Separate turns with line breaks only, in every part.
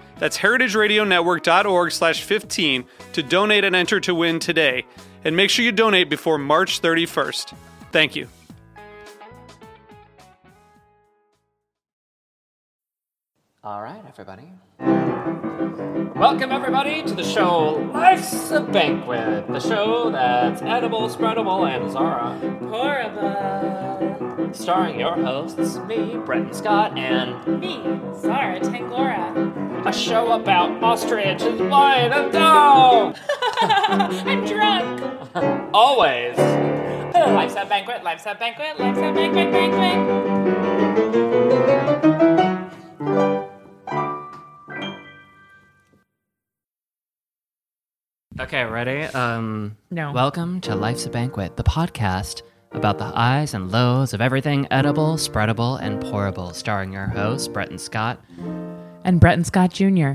That's heritageradionetwork.org slash 15 to donate and enter to win today. And make sure you donate before March 31st. Thank you.
All right, everybody. Welcome, everybody, to the show Life's a Banquet, the show that's edible, spreadable, and Zara.
Horrible.
Starring your hosts, me, Brenton Scott, and
Me, Zara Tangora.
a show about ostriches, lion, and dog!
I'm drunk.
Always!
Life's a banquet, life's a banquet, life's a banquet, banquet.
Okay, ready? Um,
No.
Welcome to Life's a Banquet, the podcast about the highs and lows of everything edible, spreadable, and pourable, starring your hosts, Bretton Scott.
And Bretton Scott Jr.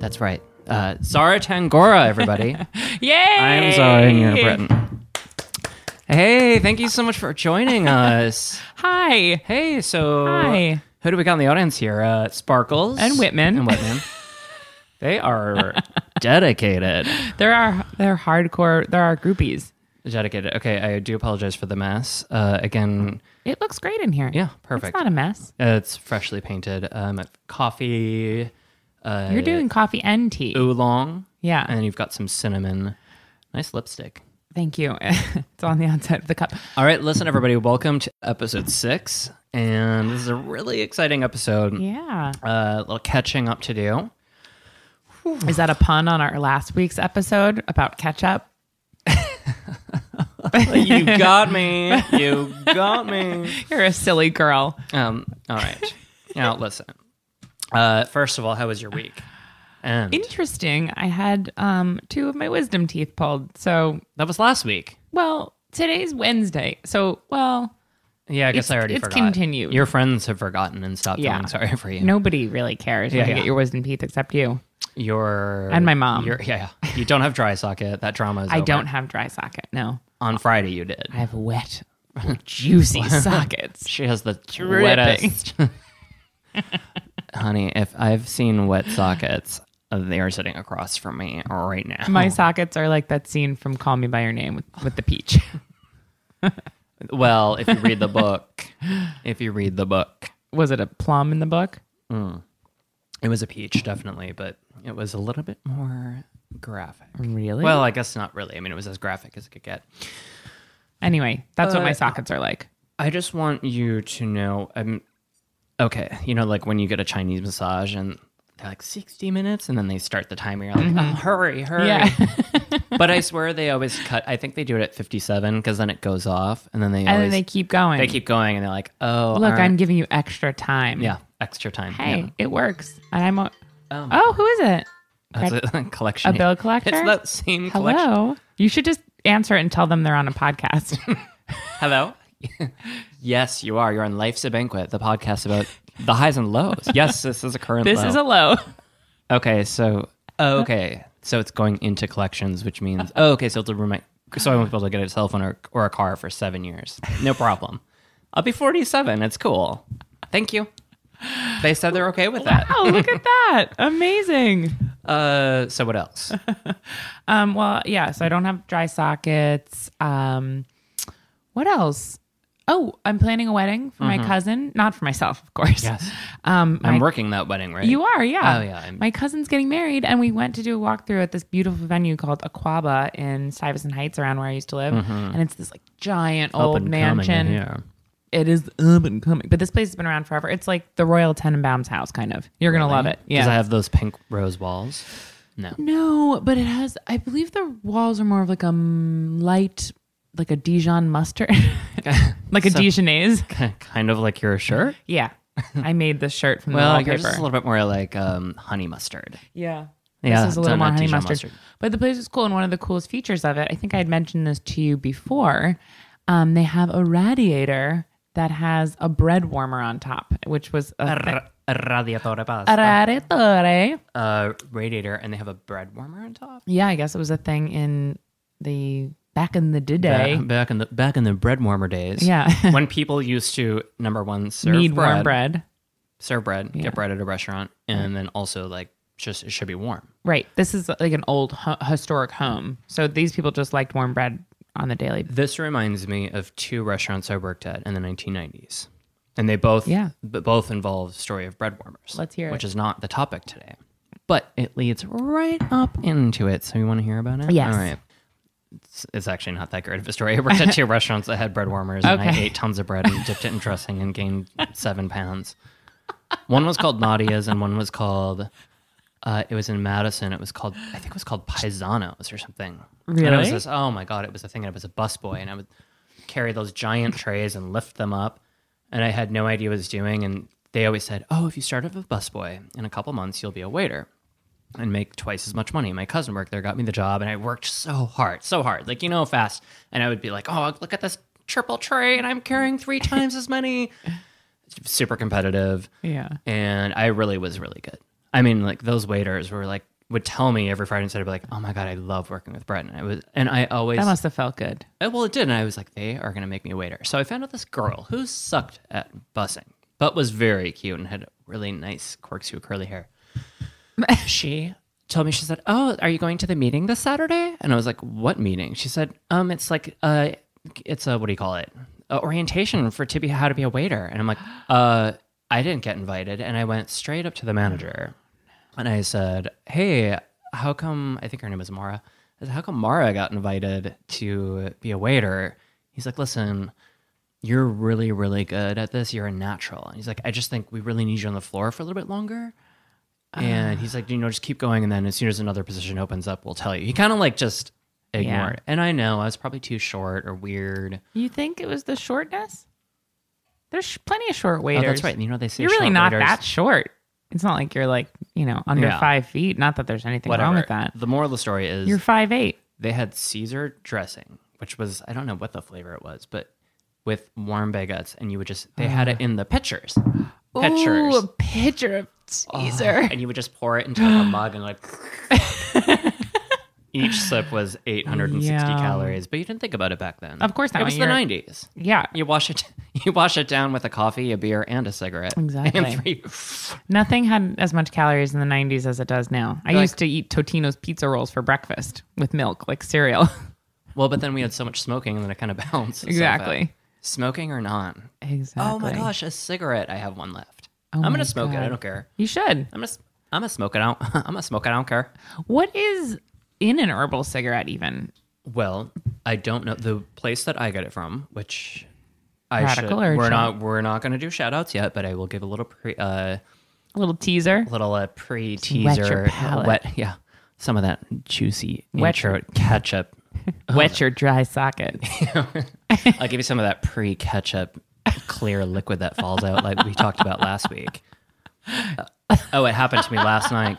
That's right. Uh, Zara Tangora, everybody.
Yay!
I'm Zara and you're Bretton. Hey, thank you so much for joining us.
Hi.
Hey, so
Hi.
who do we got in the audience here? Uh, Sparkles
And Whitman.
and Whitman. they are dedicated.
There are they're hardcore. There are groupies.
Dedicated. Okay, I do apologize for the mess. Uh, again,
It looks great in here.
Yeah, perfect.
It's not a mess.
uh, it's freshly painted. Um, coffee uh,
You're doing coffee and tea.
oolong,
Yeah.
and you've got some cinnamon. Nice lipstick.
Thank you. it's on the outside of the cup.
All right, listen, everybody. Welcome to episode six, and this is a really exciting episode.
Yeah.
Uh, a little catching up to do.
Is that a pun on our last week's episode about ketchup?
You got me. You got me.
You're a silly girl.
Um. All right. Now listen. Uh, first of all, how was your week? And
Interesting. I had um, two of my wisdom teeth pulled. So,
that was last week.
well, today's Wednesday. So, well,
Yeah, I guess
It's-
I already
it's
forgot.
continued.
Your friends have forgotten and stopped
Yeah.
feeling sorry for you.
nobody really cares when
Yeah,
you
yeah.
get your wisdom teeth except you.
Your
And my mom.
Your, yeah, yeah. you don't have dry socket. That drama is.
I
over.
don't have dry socket. No,
On Friday, you did.
I have wet, juicy sockets.
She has the
Dripping.
wettest. Honey, if I've seen wet sockets, they are sitting across from me right now.
My sockets are like that scene from Call Me by Your Name with, with the peach.
well, if you read the book, if you read the book,
Was it a plum in the book?
it was a peach, definitely, but it was a little bit more graphic.
Really?
Well, I guess not really. I mean, it was as graphic as it could get.
anyway, that's what my
uh,
sockets are like.
I just want you to know. Um, okay, you know, like when you get a Chinese massage and they're like sixty minutes, and then they start the timer. You're like, oh, hurry, hurry.
Mm-hmm. Yeah.
but I swear they always cut. I think they do it at fifty-seven because then it goes off, and then they
and
always
then they keep going.
they keep going, and they're like, oh,
Look,
aren't-
I'm giving you extra time.
yeah, extra time.
Hey,
yeah.
it works. And I'm. A- oh, who is it?
That's a collection.
A bill collector?
It's that same
Hello.
collection.
You should just answer it and tell them they're on a podcast.
Hello. yes, you are. You're on Life's a Banquet, the podcast about the highs and lows. Yes, this is a current.
this
low.
is a low.
Okay, so oh, okay, so it's going into collections, which means oh, okay, so it's a roommate. So I won't be able to get a cell phone or, or a car for seven years. No problem. I'll be forty-seven. It's cool. Thank you. They said they're okay with that.
Oh, look at that. Amazing.
Uh, so what else?
Um, well, yeah, so I don't have dry sockets. Um, what else? oh, I'm planning a wedding for my cousin, not for myself, of course.
Mm-hmm. Yes.
Um,
I'm
my-
working that wedding, right?
You are, yeah.
Oh, yeah, I'm-
my cousin's getting married, and we went to do a walkthrough at this beautiful venue called Aquaba in Stuyvesant Heights, around where I used to live. And it's this like giant
Mm-hmm. Up
old
and coming in
mansion.
here.
It is up and coming, but this place has been around forever. It's like the Royal Tenenbaums house, kind of. You're gonna love it. Yeah.
Does it have those pink rose walls? No.
No, but it has. I believe the walls are more of like a mm, light, like a Dijon mustard, like a Dijonnaise.
kind of like your shirt.
Yeah, I made this shirt from
Well,
the
yours is a
wallpaper.
little bit more like um, honey mustard.
Yeah.
Yeah,
this is a
it's
little
not
more
a
honey
Dijon
mustard.
mustard.
But the place is cool, and one of the coolest features of it, I think I had mentioned this to you before. Um, they have a radiator that has a bread warmer on top, which was a, thi-
Radiatore
a radiatore.
Uh, radiator, and they have a bread warmer on top.
Yeah, I guess it was a thing in the back in the day.
Ba- back in the back in the bread warmer days.
Yeah.
when people used to number one serve
Need
bread,
warm bread.
serve bread, get bread at a restaurant, and then also like just it should be warm.
Right. This is like an old ho- historic home. So these people just liked warm bread on the daily.
This reminds me of two restaurants I worked at in the 1990s, and they both
Yeah.
b- both involve story of bread warmers.
Let's hear
Which
it.
is not the topic today, but it leads right up into it. So you want to hear about it?
Yes.
All right. It's, it's actually not that great of a story. I worked at two restaurants that had bread warmers, and I
Okay.
ate tons of bread and dipped it in dressing and gained seven pounds. One was called Nadia's, and one was called. Uh, it was in Madison. It was called, I think it was called Paisanos or something. And it was
Really?
this, oh my God, it was a thing. And I was a busboy and I would carry those giant trays and lift them up. And I had no idea what I was doing. And they always said, oh, if you start off a busboy in a couple months, you'll be a waiter and make twice as much money. My cousin worked there, got me the job, and I worked so hard, so hard, like you know, fast. And I would be like, "Oh, look at this triple tray, and I'm carrying three times as many." Super competitive,
Yeah.
and I really was really good. I mean, like those waiters were like would tell me every Friday and Saturday, be like, "Oh my god, I love working with Brett," and I was, and I always
That must have felt good.
uh, Well, it did. And I was like, they are going to make me a waiter. So I found out this girl who sucked at bussing, but was very cute and had really nice corkscrew curly hair. she told me, she said, Oh, are you going to the meeting this Saturday? And I was like, What meeting? She said, Um, it's like, uh, it's a, what do you call it? Uh, orientation for to be how to be a waiter. And I'm like, Uh, I didn't get invited. And I went straight up to the manager and I said, "Hey, how come?" I think her name is Mara. I said, "How come Mara got invited to be a waiter?" He's like, "Listen, you're really, really good at this. You're a natural." And he's like, "I just think we really need you on the floor for a little bit longer." And he's like, "You know, just keep going, and then as soon as another position opens up, we'll tell you." He kind of like just ignored.
Yeah.
it. And I know I was probably too short or weird. Oh,
You think it was the shortness? There's sh- plenty of short
Oh,
waiters.
that's right. You know they say
You're really
short
not
waiters-
that short. It's not like you're like, you know, under
Yeah.
five feet. Not that there's anything
Whatever.
wrong with that.
The moral of the story is
You're five eight.
they had Caesar dressing, which was I don't know what the flavor it was, but with warm baguettes, and you would just they had it in the pitchers, pitchers,
a picture of Caesar.
and you would just pour it into like a mug and like. Each sip was 860
Yum.
calories, but you didn't think about it back then.
Of course not,
It was the
when you're-
90s.
Yeah.
You wash it, you wash it down with a coffee, a beer, and a cigarette.
Exactly.
And three,
Nothing had as much calories in the 90s as it does now. I used to eat Totino's pizza rolls for breakfast with milk, like cereal.
well, but then we had so much smoking, and then it kind of balanced. itself out.
Exactly.
Smoking or not,
exactly. Oh
Oh my gosh, a cigarette! I have one left. I'm
my
gonna smoke it. I
God.
don't care.
You should.
I'm gonna, s- I'm gonna smoke it. I don't, I'm gonna smoke it. I don't care.
What is in an herbal cigarette, even?
Well, I don't know the place that I get it from, which I
Radical
should.
or
We're
shout-
not, we're not gonna do shout outs yet, but I will give a little pre, uh,
A little teaser?
little uh, pre
wet
teaser.
your palate.
yeah, some of that juicy
Wet
intro ketchup.
Wet your dry socket.
I'll give you some of that pre ketchup clear liquid that falls out, like we talked about last week. Uh, oh, it happened to me last night.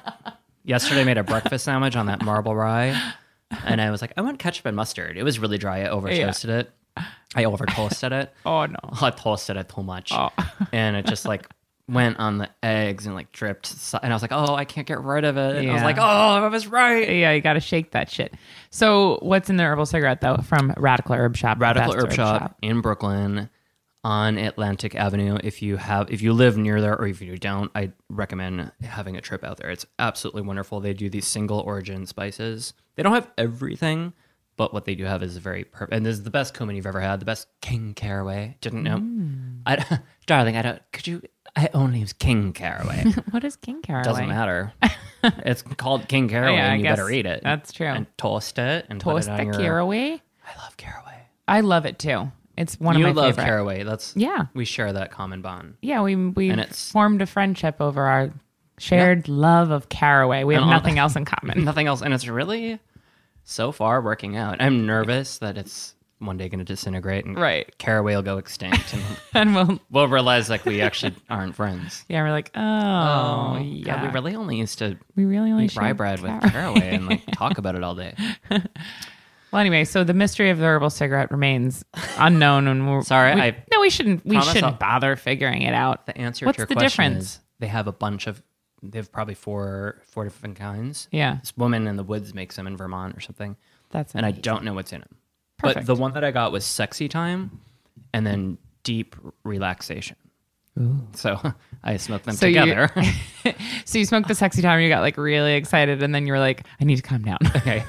Yesterday, I made a breakfast sandwich on that marble rye, and I was like, I want ketchup and mustard. It was really dry. I over toasted it. I over toasted it.
oh no.
I toasted it too much, and it just like went on the eggs and like dripped. so- And I was like, oh, I can't get rid of it. And I was
Yeah.
like, oh, I was right.
Yeah, you got to shake that shit. So, what's in the herbal cigarette though from Radical Herb Shop?
Radical
Best
Herb Shop, in Brooklyn on Atlantic Avenue. If you have if you live near there or if you don't, I recommend having a trip out there. It's absolutely wonderful. They do these single origin spices. They don't have everything, But what they do have is a very perfect, and this is the best cumin you've ever had, the best king caraway. Didn't know,
Mm.
I, darling. I don't. Could you? I only use king caraway.
What is king caraway?
Doesn't matter. it's called king caraway,
Oh, Yeah, I
and you
guess
better eat it.
that's true.
And toast it and
Toast
put it
the
on your.
caraway.
I love caraway.
I love it too. It's one
you
of my
love
favorite.
caraway. That's
Yeah.
We share that common bond.
Yeah, we we
And it's-
formed a friendship over our shared love of caraway. We have
And all-
nothing else in common.
Nothing else, and it's really so far working out. I'm nervous that it's one day going to disintegrate, and
Right.
caraway will go extinct, and
and we'll
we'll realize like we actually aren't friends.
yeah, we're like, oh,
God,
yeah.
we really only used to
we really only
eat rye
shared
bread with
caraway.
caraway and like talk about it all day.
Well, anyway, so the mystery of the herbal cigarette remains unknown, and we're
Sorry,
we-
I
no, we shouldn't. We
promise
shouldn't
I'll-
bother figuring it out.
The answer
What's
to your
the
question
difference?
is they have a bunch of they have probably four four different kinds.
Yeah,
This woman in the woods makes them in Vermont or something.
that's
and I
amazing.
don't know what's in them. But
Perfect.
the one that I got was sexy time and then deep relaxation. So I smoked them
So you-
together.
So you smoked the sexy time, you got like really excited, and then you were like, I need to calm down.
okay.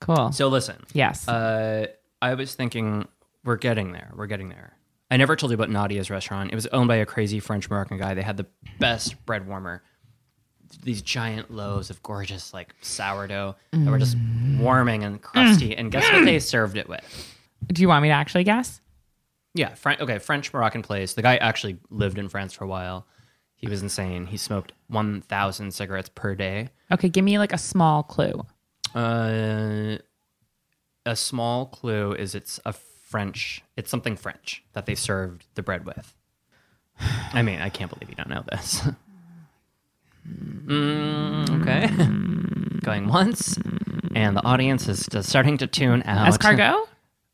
cool.
So listen,
yes.
uh, I was thinking we're getting there. We're getting there. I never told you about Nadia's restaurant. It was owned by a crazy French American guy. They had the best bread warmer. These giant loaves of gorgeous like sourdough that were just
Mm.
warming and crusty. And guess what they served it with?
Do you want me to actually guess?
Yeah, Fran- okay, French Moroccan place. The guy actually lived in France for a while. He was insane. He smoked 1,000 cigarettes per day.
Okay, give me like a small clue.
Uh, a small clue is it's a French, it's something French that they served the bread with. I mean, I can't believe you don't know this. Mm, okay. Going once, and the audience is just starting to tune out.
Escargot?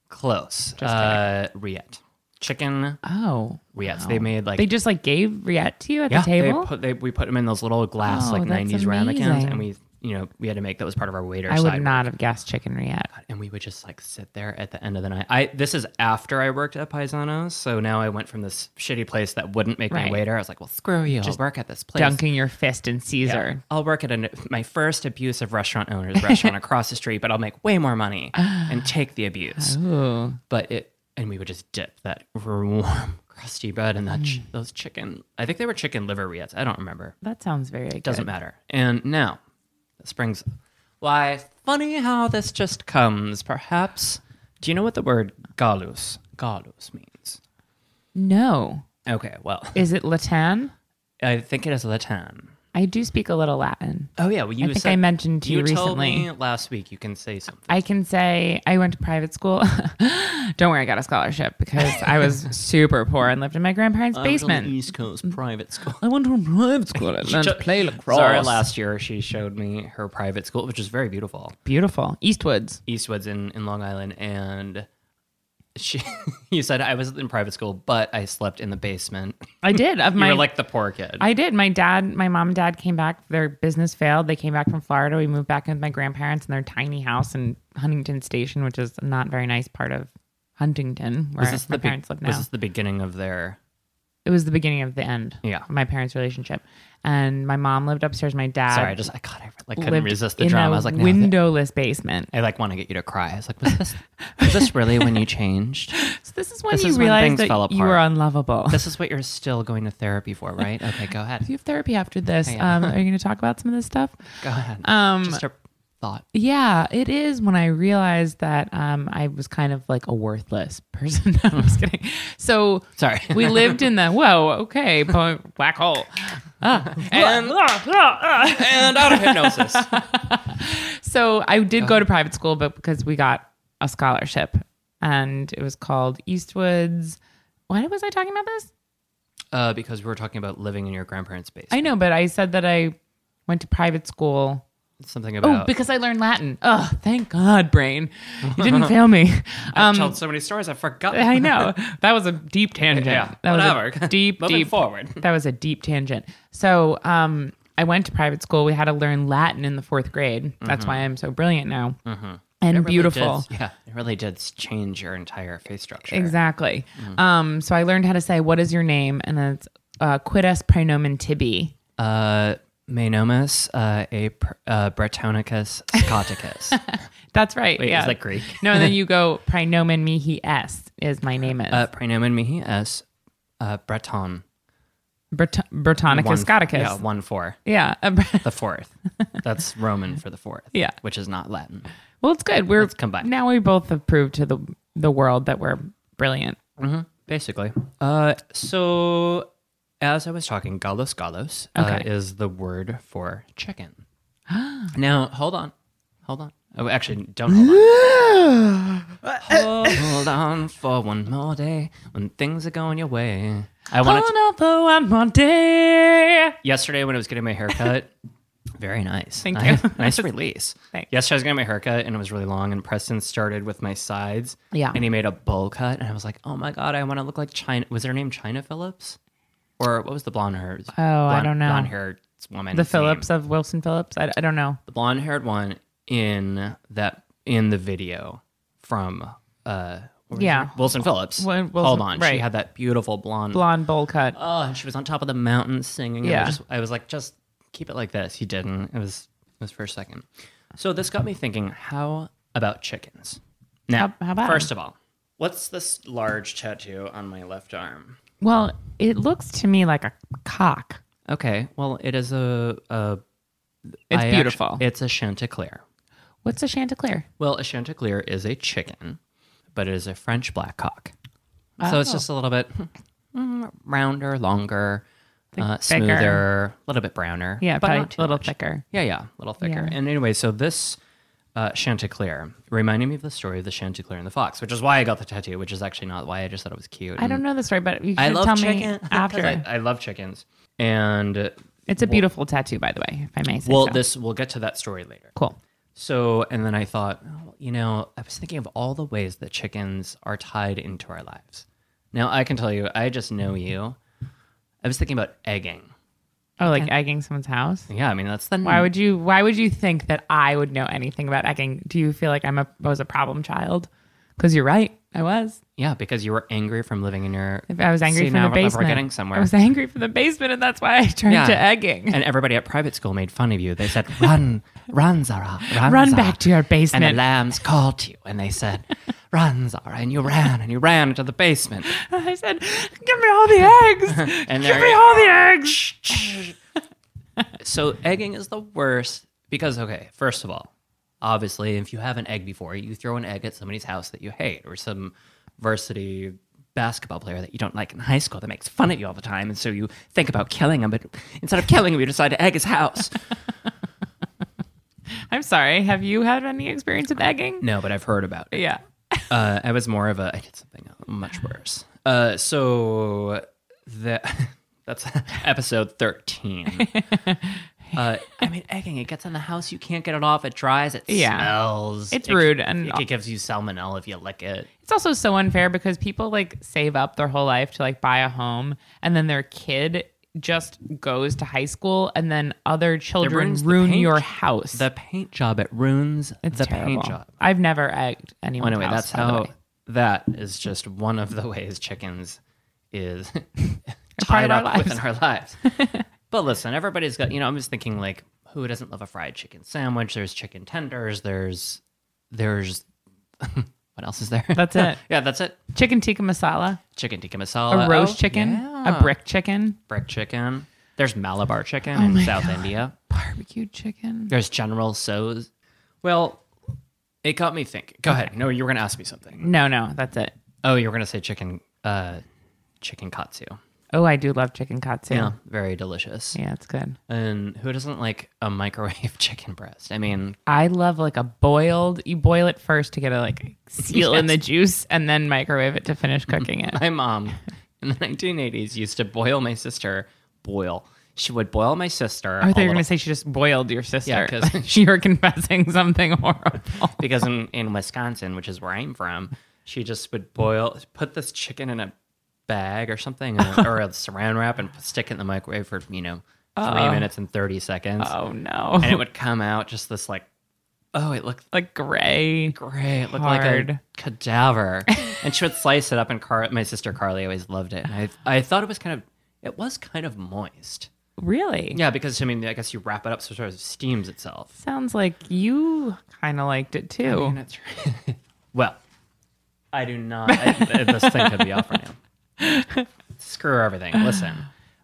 Close. Uh, Riette. Chicken
Oh,
Riettes. They made like
they just like gave Riette to you at the
They
table.
put, they, we put them in those little glass
Oh,
like
that's
90s ramekins,
amazing.
and we you know we had to make that was part of our waiter
I
side,
would not have guessed chicken Riette.
and we would just like sit there at the end of the night. I this is after I worked at Paisano's, so now I went from this shitty place that wouldn't make
Right.
me waiter. I was like, well, screw you, just work at this place.
Dunking your fist in Caesar.
I'll work at a, my first abusive restaurant owner's restaurant across the street, but I'll make way more money and take the abuse.
Oh. Ooh.
But it and we would just dip that warm crusty bread and that
Mm.
ch- those chicken. I think they were chicken liver riettes. I don't remember.
That sounds very good.
Doesn't matter. And now, this brings. Why, funny how this just comes, perhaps. Do you know what the word gallus, gallus means?
No.
Okay, well,
Is it Latin?
I think it is Latin.
I do speak a little Latin.
Oh, yeah, well, you
I think
said-
I mentioned to you,
you told
recently.
me last week you can say something.
I can say I went to private school. Don't worry, I got a scholarship because I was super poor and lived in my grandparents' basement.
East Coast private school.
I went to a private school and learned to play lacrosse.
Sorry, last year she showed me her private school, which is very beautiful.
Beautiful. Eastwoods.
Eastwood's in, in Long Island, and she you said I was in private school, but I slept in the basement.
I did. Of
You
my
were like the poor kid.
I did. My dad, my mom and dad came back. Their business failed. They came back from Florida. We moved back in with my grandparents in their tiny house in Huntington Station, which is a not very nice part of Huntington, where
Was this
my
the be-
parents live now.
Was this the beginning of their?
it was the beginning of the end.
Yeah.
of my parents' relationship. And my mom lived upstairs. My dad
Sorry, I just I God, I like couldn't
lived
resist the
in
drama.
a
I was like, no,
windowless basement.
I like want to get you to cry. I was like, was this, was this really when you changed?
So this is when
This
you
is when
realize
things fell
that you were
apart.
unlovable.
This is what you're still going to therapy for, right? Okay, go ahead.
you have therapy after this.
yeah.
Um, are you going to talk about some of this stuff?
Go ahead.
Um,
just a thought.
Yeah, it is when I realized that um, I was kind of like a worthless person. No, I'm just kidding. So
Sorry.
we lived in the whoa, okay, po- black hole. Ah, and, ah, ah, ah.
and out of hypnosis.
So I did
Uh-huh.
go to private school, but because we got a scholarship, and it was called Eastwoods. Why was I talking about this?
uh, because we were talking about living in your grandparents' basement.
I know, but I said that I went to private school.
Something
Oh,
about.
because I learned Latin. Oh, thank God, brain. You didn't fail me.
I've
Um,
told so many stories. I forgot.
I know. That was a deep tangent.
Yeah,
that Was
whatever.
a deep,
Moving
deep
forward.
That was a deep tangent. So, um, I went to private school. We had to learn Latin in the fourth grade. That's why I'm so brilliant now and
It really
beautiful.
Mm-hmm. did- yeah, it really did change your entire face structure.
Exactly.
Mm-hmm.
Um, so I learned how to say, "What is your name?" and it's uh, "Quid est praenomen tibi."
Uh, Maenomus, uh, a pr- uh, Bretonicus scoticus.
That's right.
Wait,
yeah.
is that Greek?
no, and then you go praenomen mihi est is my name is
Uh, praenomen mihi es uh, Breton.
Brit- Britannicus Scoticus.
Yeah,
Yeah, uh,
one four.
a Br-
The fourth. That's Roman for the fourth.
Yeah.
Which is not Latin.
well, it's good. We're
combine.
now we both have proved to the the world that we're brilliant.
Basically. Uh, so, as I was talking, galos galos uh,
Okay.
is the word for chicken. now, hold on. Hold on. Oh, actually, don't hold on. hold on for one more day when things are going your way. I wanted to,
Hold on for one more day.
yesterday when I was getting my haircut. Very nice.
Thank
Nice-
you.
nice release.
Thanks.
Yesterday I was getting my haircut and it was really long, and Preston started with my sides.
Yeah.
And he made a bowl cut, and I was like, oh my God, I want to look like China. Was her name China Phillips? Or what was the blonde hairs? Oh,
I don't know.
Blonde haired woman.
The
name?
Phillips of Wilson Phillips. I, I don't know.
The blonde haired one in that in the video from uh what was
Yeah.
her- Wilson Phillips.
Wil- Wilson-
Hold on. She
right.
had that beautiful blonde
Blonde bowl cut.
oh, and she was on top of the mountain singing. Yeah.
Yeah.
I, just, I was like, just keep it like this. He didn't. It was it was for a second. So this got me thinking. How about chickens? Now,
How- how about 'em?
first of all, what's this large tattoo on my left arm?
Well, it looks to me like a cock.
Okay, well, it is a. a
It's
I actu-
beautiful.
it's a chanticleer.
What's a chanticleer?
Well, a chanticleer is a chicken, but it is a French black cock. So it's just a little bit mm, rounder, longer, uh,
Oh. thicker.
smoother, a little bit browner.
Yeah,
but
probably
not too
a little
much.
thicker.
Yeah, yeah, a little thicker.
Yeah.
And anyway, so this uh, Chanticleer reminded me of the story of the Chanticleer and the fox, which is why I got the tattoo, which is actually not why. I just thought it was cute.
I don't know the story, but you
Mm. I
should
love
tell
chicken
me
'cause
after.
I, I love chickens, and uh,
it's a beautiful tattoo, by the way, if I may say
well,
so.
this we'll get to that story later.
cool.
So, and then I thought, oh, you know, I was thinking of all the ways that chickens are tied into our lives. Now, I can tell you, I just know you. I was thinking about egging.
Oh, like egging someone's house.
Yeah, I mean that's the
Why would you? Why would you think that I would know anything about egging? Do you feel like I'm a I was a problem child? Because you're right, I was.
yeah because you were angry from living in your
If I was angry
See,
from
now
the
we're- we're
basement,
getting somewhere.
I was angry from the basement, and that's why I turned
Yeah.
to egging.
and everybody at private school made fun of you. They said, "Run, run, Zara, run,
Run
Zara."
back to your
And the
basement.
lambs called to you, and they said, "Run, Zara!" And you ran, and you ran into the basement.
I said, "Give me all the eggs!
And
Give
there-
me all the eggs!"
So egging is the worst because, okay, first of all, obviously, if you have an egg before, you throw an egg at somebody's house that you hate, or some varsity basketball player that you don't like in high school that makes fun of you all the time, and so you think about killing him, but instead of killing him, you decide to egg his house.
I'm sorry. Have you had any experience with egging?
No, but I've heard about it.
Yeah.
uh, I was more of a I did something much worse. Uh, so that that's episode thirteen. Uh, I mean, egging it gets in the house. You can't get it off. It dries. It
Yeah.
smells.
It's
It-
rude and-
it, gives you salmonella if you lick it.
It's also so unfair because people like save up their whole life to like buy a home and then their kid just goes to high school and then other children
ruins the
ruin
paint.
your house.
The paint job it ruins
it's
the
terrible.
paint job.
I've never egged anyone.
Anyway,
house,
that's
by the
how
way.
that is just one of the ways chickens is
part
tied
of our
up
lives.
within our lives. but listen, everybody's got you know. I'm just thinking like, who doesn't love a fried chicken sandwich? There's chicken tenders. There's there's what else is there?
That's it.
yeah, that's it.
Chicken tikka masala,
Chicken tikka
a
masala,
roast
Oh,
chicken,
yeah.
a brick chicken,
brick chicken. There's Malabar chicken
Oh
in South India.
barbecue chicken.
There's General So's. Well, it got me thinking. Go ahead. No, you were gonna ask me something.
No, no, that's it.
Oh, you were gonna say chicken, uh, chicken katsu.
Oh, I do love chicken katsu.
Yeah, very delicious.
yeah, it's good.
And who doesn't like a microwave chicken breast? I mean,
I love like a boiled. You boil it first to get a like seal in the juice, and then microwave it to finish cooking it.
my mom in the 1980s used to boil my sister. Boil. She would boil my sister.
I
a
thought you
little-
were going to say she just boiled your sister.
Yeah, 'cause-
Like, you were confessing something horrible.
because in, in Wisconsin, which is where I'm from, she just would boil, put this chicken in a bag or something or, or a saran wrap and stick it in the microwave for, you know, three minutes and 30 seconds.
Oh no!
And it would come out just this like, oh, it looked
like gray.
great. It looked like
Hard.
a cadaver. and she would slice it up, and Car- my sister Carly always loved it. And I, I thought it was kind of, it was kind of moist.
Really?
Yeah, because I mean, I guess you wrap it up so it sort of steams itself.
Sounds like you kind of liked it too.
I mean, that's right. well, I do not. I, this thing could be off right now. Screw everything. Listen.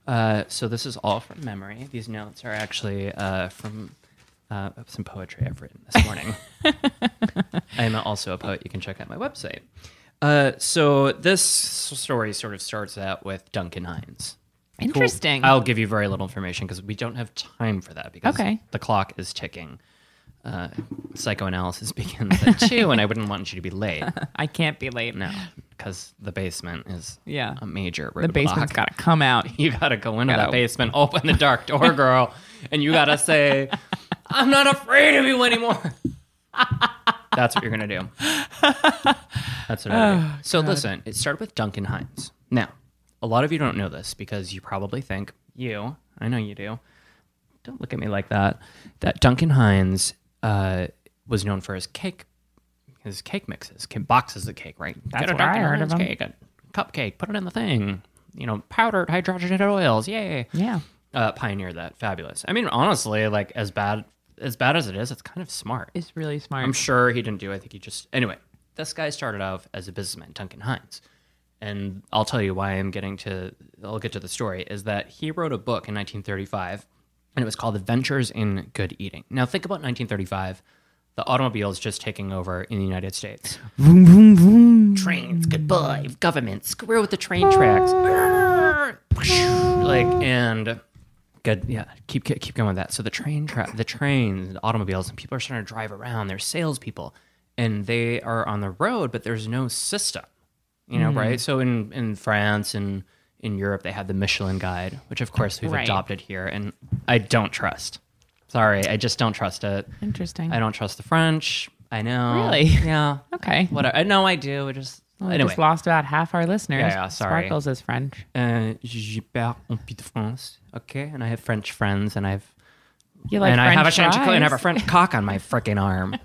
Uh, so this is all from memory. These notes are actually uh, from uh, some poetry I've written this morning. I'm also a poet. You can check out my website. Uh, so this story sort of starts out with Duncan Hines. Cool.
Interesting.
I'll give you very little information because we don't have time for that because
Okay.
the clock is ticking. Uh, psychoanalysis begins at two, and I wouldn't want you to be late.
I can't be late.
No, because the basement is
Yeah.
a major roadblock.
The basement's got to come out.
you gotta go into
Gotta-
that basement, open the dark door, girl, and you gotta say, "I'm not afraid of you anymore." That's what you're gonna do. That's what I
Oh,
do. So listen, it started with Duncan Hines. Now, a lot of you don't know this because you probably think you, I know you do. Don't look at me like that. That Duncan Hines uh, was known for his cake, his cake mixes, ca- boxes of cake, right? That's
what I heard of him.
Cake, a cupcake, put it in the thing. You know, powdered hydrogenated oils. Yay!
Yeah.
Uh, pioneered that. Fabulous. I mean, honestly, like as bad as bad as it is, it's kind of smart.
It's really smart.
I'm sure he didn't do. I think he just anyway. This guy started off as a businessman, Duncan Hines, and I'll tell you why I'm getting to. I'll get to the story. Is that he wrote a book in 1935, and it was called "The Ventures in Good Eating." Now think about 1935. The automobile is just taking over in the United States. Trains, goodbye, government, screw with the train tracks. like and good yeah keep keep keep going with that so the train tra- the trains the automobiles and people are starting to drive around they're salespeople and they are on the road but there's no system you know right so in in france and in europe they have the michelin guide which of course we've
Right.
adopted here and i don't trust sorry i just don't trust it
Interesting.
i don't trust the french i know
Really?
yeah
okay.
what i no i do I Oh, just
Well, we
anyway
just lost about half our listeners.
Yeah, yeah, sorry.
Sparkles is French.
uh, je parle un peu de France, okay? And I have French friends, and I've
You like
and
French
I have a French
fries?
and I have a French cock on my freaking arm.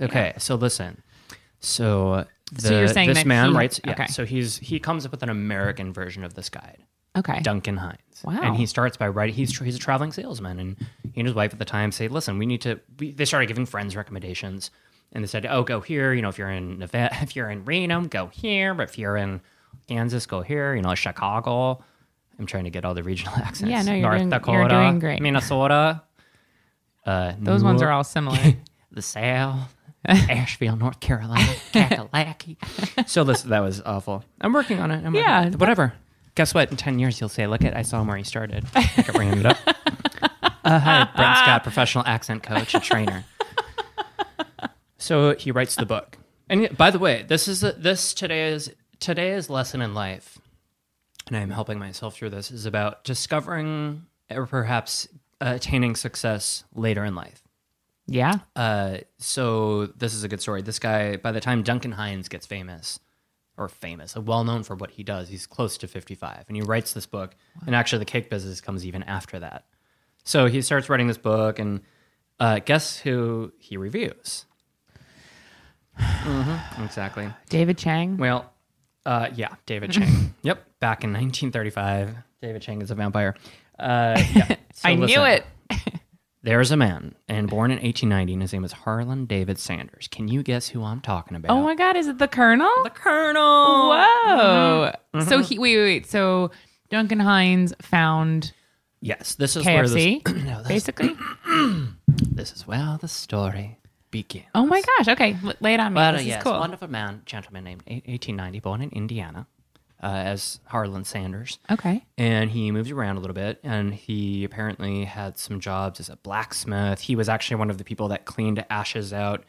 Okay, so listen. So, the,
So you're saying
this
that
man
he-
writes. Yeah,
okay.
So he's he comes up with an American version of this guide,
Okay.
Duncan Hines.
Wow.
And he starts by writing. He's he's a traveling salesman, and he and his wife at the time say, "Listen, we need to." We, they started giving friends recommendations, and they said, "Oh, go here. You know, if you're in Nevada, if you're in Reno, go here. But if you're in Kansas, go here. You know, Chicago." I'm trying to get all the regional accents.
Yeah, no, you're
North
doing-
Dakota,
you're doing great.
Minnesota. Uh,
Those ones are all similar.
the South, Asheville, North Carolina, Kakalaki. so listen, that was awful. I'm working on it. I'm working-
Yeah.
whatever. Guess what? In ten years, you'll say, "Look at I saw him where he started." I can bring it up. Uh, hi, Brent Scott, professional accent coach and trainer. So he writes the book. And by the way, this is this today's today's lesson in life, and I'm helping myself through this is about discovering or perhaps attaining success later in life.
yeah.
Uh, so this is a good story. This guy, by the time Duncan Hines gets famous, or famous, well known for what he does, he's close to fifty-five, and he writes this book. And actually, the cake business comes even after that. So he starts writing this book, and uh, guess who he reviews?
Mm-hmm.
hmm exactly.
David Chang.
Well, uh, yeah, David Chang. yep, back in 1935, David Chang is a vampire. Uh, yeah. So
I knew
listen.
it.
There's a man, and born in 1890, and his name is Harlan David Sanders. Can you guess who I'm talking about?
Oh my God. Is it the Colonel?
the Colonel.
Whoa.
Mm-hmm.
So he, wait, wait, wait. So Duncan Hines found
Yes, this is where this,
KFC,
no, this,
basically.
this is where the story begins.
Oh my gosh. Okay. l- Lay it on me.
But uh,
this is
yes,
cool.
wonderful man, gentleman named eight- 1890, born in Indiana, uh, as Harlan Sanders.
Okay.
and he moved around a little bit and he apparently had some jobs as a blacksmith he was actually one of the people that cleaned ashes out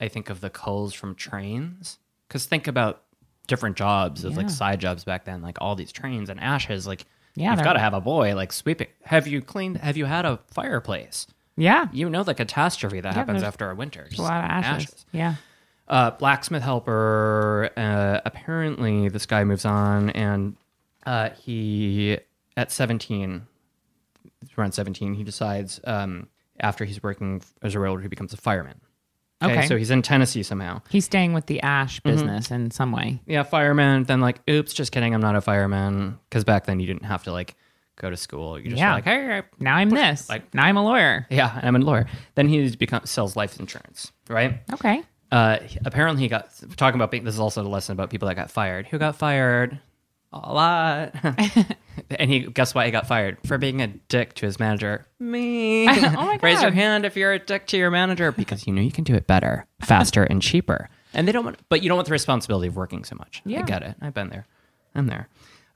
i think of the coals from trains because think about different jobs as like
Yeah.
side jobs back then like all these trains and ashes like
Yeah,
you've
they're-
got to have a boy like sweeping have you cleaned have you had a fireplace
Yeah.
you know the catastrophe that happens
there's
after a winter just
A lot of ashes. Yeah.
uh, blacksmith helper. Uh, apparently, this guy moves on, and uh, he at seventeen, around seventeen, he decides um, after he's working as a railroad, he becomes a fireman.
Okay.
so Mm-hmm. he's in Tennessee somehow.
He's staying with the ash business in some way.
Yeah, fireman. Then like, oops, just kidding, I'm not a fireman. Because back then you didn't have to like go to school. You're just
yeah.
like, hey,
now I'm this.
like-
now I'm a lawyer.
yeah, and I'm a lawyer. Then he become, sells life insurance, right?
Okay.
Uh, he- apparently, he got talking about being. This is also a lesson about people that got fired. Who got fired? A lot. and he guess why he got fired for being a dick to his manager. Me.
Oh my
Raise your
God.
hand if you're a dick to your manager because you know you can do it better, faster, and cheaper. And they don't want, but you don't want the responsibility of working so much. I
Yeah.
get it. I've been there. I'm there.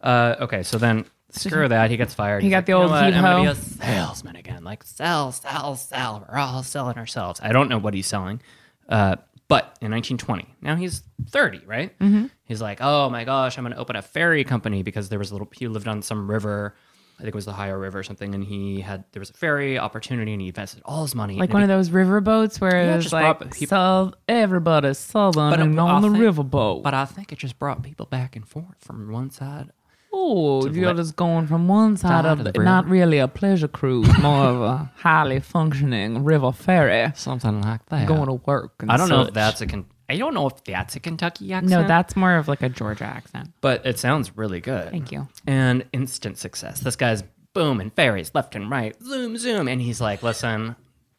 Uh, okay, so then screw that. He gets fired.
He
He's
got
like,
the
"You know
old
what? I'm gonna be
heave-ho."
a salesman again. Like sell, sell, sell. We're all selling ourselves. I don't know what he's selling, uh, but in 1920, now he's 30, right?
Mm-hmm.
He's like, oh my gosh, I'm going to open a ferry company because there was a little. He lived on some river. I think it was the Ohio River or something, and he had there was a ferry opportunity, and he invested all his money.
Like one of those river boats where
Yeah,
it's
just
like
brought- he-
sell everybody, sell them,
But
and
I
go on the
think-
river boat.
But I think it just brought people back and forth from one side.
Oh, you're
let-
just going from one side
Side
of
of
the,
the river.
not really a pleasure cruise, more of a highly functioning river ferry,
Something like that.
going to work. And
I don't know if
such.
that's a con- I don't know if that's a Kentucky accent.
no, that's more of like a Georgia accent.
but it sounds really good.
Thank you.
And instant success. This guy's booming fairies left and right, zoom, zoom. And he's like, listen,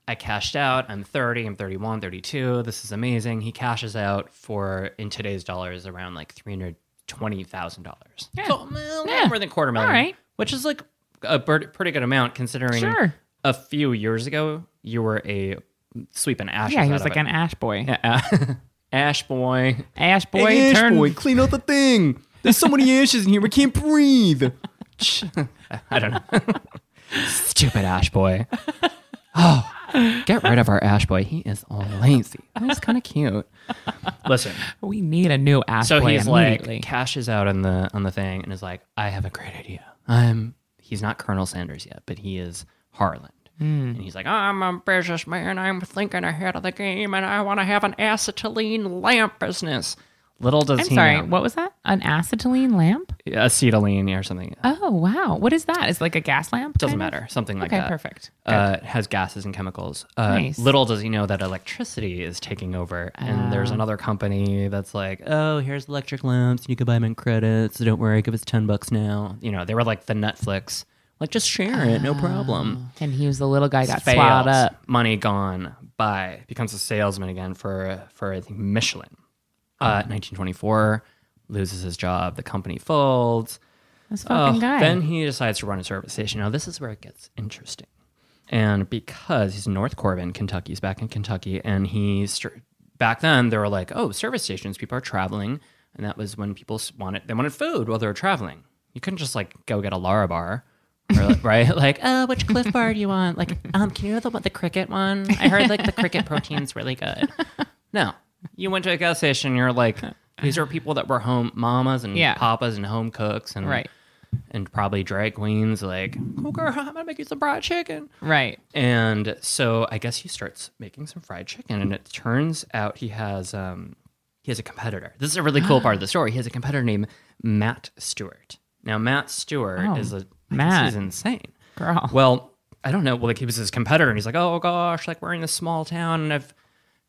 I cashed out. I'm 30, I'm 31, 32. This is amazing. He cashes out for, in today's dollars, around like $320,000.
Yeah.
So, well,
Yeah.
more than quarter million.
All right.
Which is like a per- pretty good amount considering
Sure.
a few years ago, you were a sweeping ashes.
Yeah, he
out
was
of
like
it.
an ash boy.
Yeah. Ash boy.
Ash boy turned.
clean out the thing. There's so many ashes in here. We can't breathe. I don't know. Stupid Ash boy. Oh, get rid of our Ash boy. He is all lazy. That was kind of cute. Listen,
We need a new ash
so
boy
he's
immediately.
like cashes out on the on the thing and is like, I have a great idea. I'm he's not Colonel Sanders yet, but he is Harland.
Hmm.
And he's like, I'm a businessman. I'm thinking ahead of the game, and I want to have an acetylene lamp business. Little does
I'm
he
sorry,
know,
what was that? An acetylene lamp?
acetylene or something.
Oh wow, what is that? It's like a gas lamp.
Doesn't
kind of?
matter. Something like
Okay,
that.
perfect.
Uh, it has gases and chemicals. Uh,
Nice.
Little does he know that electricity is taking over, and there's
Ah.
another company that's like, "Oh, here's electric lamps. You can buy them in credits. Don't worry, give us ten bucks now." You know, they were like the Netflix, like just share it, no problem.
And he was the little guy got
Fails.
swallowed up.
money gone. Buy becomes a salesman again for for I think Michelin. Uh, 1924 loses his job. The company folds.
This fucking
Oh,
guy.
Then he decides to run a service station. Now this is where it gets interesting, and because he's in North Corbin, Kentucky, he's back in Kentucky, and he str- back then they were like, oh, service stations, people are traveling, and that was when people s- wanted they wanted food while they were traveling. You couldn't just like go get a Lara bar. or, like, right, like, oh, which Cliff Bar do you want? Like, um, can you have the one- the cricket one? I heard like the cricket protein's really good. No, you went to a gas station. You're like, these are people that were home mamas and
Yeah.
papas and home cooks and
Right.
and probably drag queens like oh girl i'm gonna make you some fried chicken
right.
and so i guess he starts making some fried chicken and it turns out he has um he has a competitor this is a really cool part of the story he has a competitor named matt stewart now matt stewart
Oh,
is a
Matt. Oh.
matt he's insane
Girl.
well i don't know well like he was his competitor and he's like oh gosh like we're in this small town and i've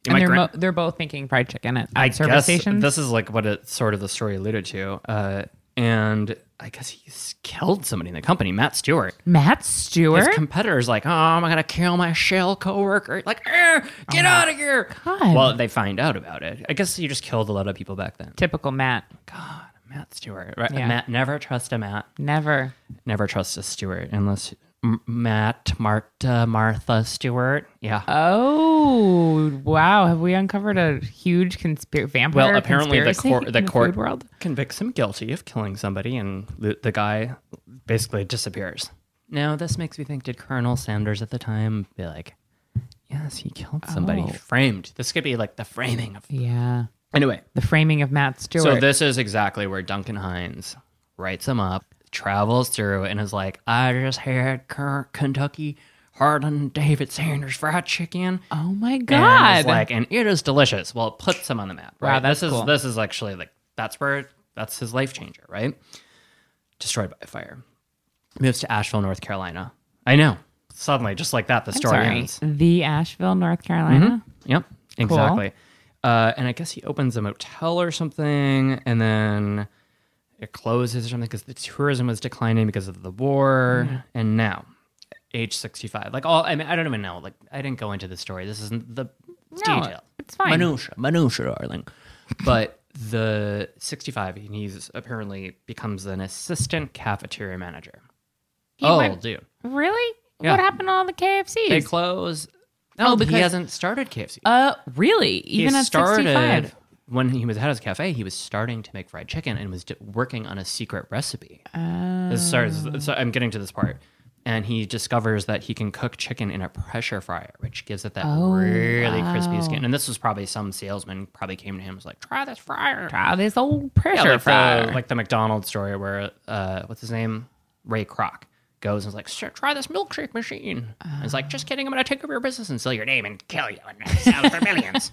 and
my
they're
gran-
mo- they're both making fried chicken at, at
I
service
guess
stations.
this is like what it sort of the story alluded to. Uh, and I guess he's killed somebody in the company, Matt Stewart.
Matt Stewart.
His competitor's like, oh, I'm gonna kill my shell coworker. Like, "Eh, get out of here.
Oh God.
Well, they find out about it. I guess you just killed a lot of people back then.
Typical Matt.
God, Matt Stewart. Right?
Yeah.
Matt, never trust a Matt.
Never.
Never trust a Stewart unless M- Matt, Marta, Martha Stewart. Yeah.
Oh wow! Have we uncovered a huge conspiracy vampire?
well, apparently the
conspiracy
court
in
the court
food world.
convicts him guilty of killing somebody, and the, the guy basically disappears. Now, this makes me think: Did Colonel Sanders at the time be like, "Yes, he killed somebody,
Oh.
framed"? This could be like the framing of.
Yeah,
Anyway,
the framing of Matt Stewart.
so this is exactly where Duncan Hines writes him up, travels through, and is like, "I just had Ker- Kentucky." Harlan David Sanders fried chicken.
oh my
And
god!
it's like, and it is delicious. Well, it puts him on the map.
Wow,
Right?
that's
this
cool.
is this is actually like that's where that's his life changer, right? Destroyed by fire. Moves to Asheville, North Carolina. I know. Suddenly, just like that, the
I'm
story
sorry.
ends.
The Asheville, North Carolina.
Yep, exactly. Uh, and I guess he opens a motel or something, and then it closes or something because the tourism was declining because of the war.
Mm-hmm.
And now, age 65. Like, all, I mean, I don't even know. Like, I didn't go into the story. This isn't the
No,
detail.
it's fine.
Minutia, minutia, darling. but the 65, and he's apparently becomes an assistant cafeteria manager.
He
oh,
went-
dude.
Really?
Yeah.
What happened to all the KFCs?
They close. No,
Oh, because-
he hasn't started KFC.
uh, really?
he
Even at
started
65?
when he was at his cafe. He was starting to make fried chicken and was d- working on a secret recipe.
Oh.
This- sorry, this is- so I'm getting to this part, and he discovers that he can cook chicken in a pressure fryer, which gives it that
Oh,
really crispy skin. And this was probably some salesman probably came to him and was like, "Try this fryer."
Try this old
Yeah,
pressure
like,
fryer.
The, like the McDonald's story where uh, what's his name, Ray Kroc, goes and is like, "Sir, try this milkshake machine." And it's like, "Just kidding, I'm gonna take over your business and sell your name and kill you and sell for millions.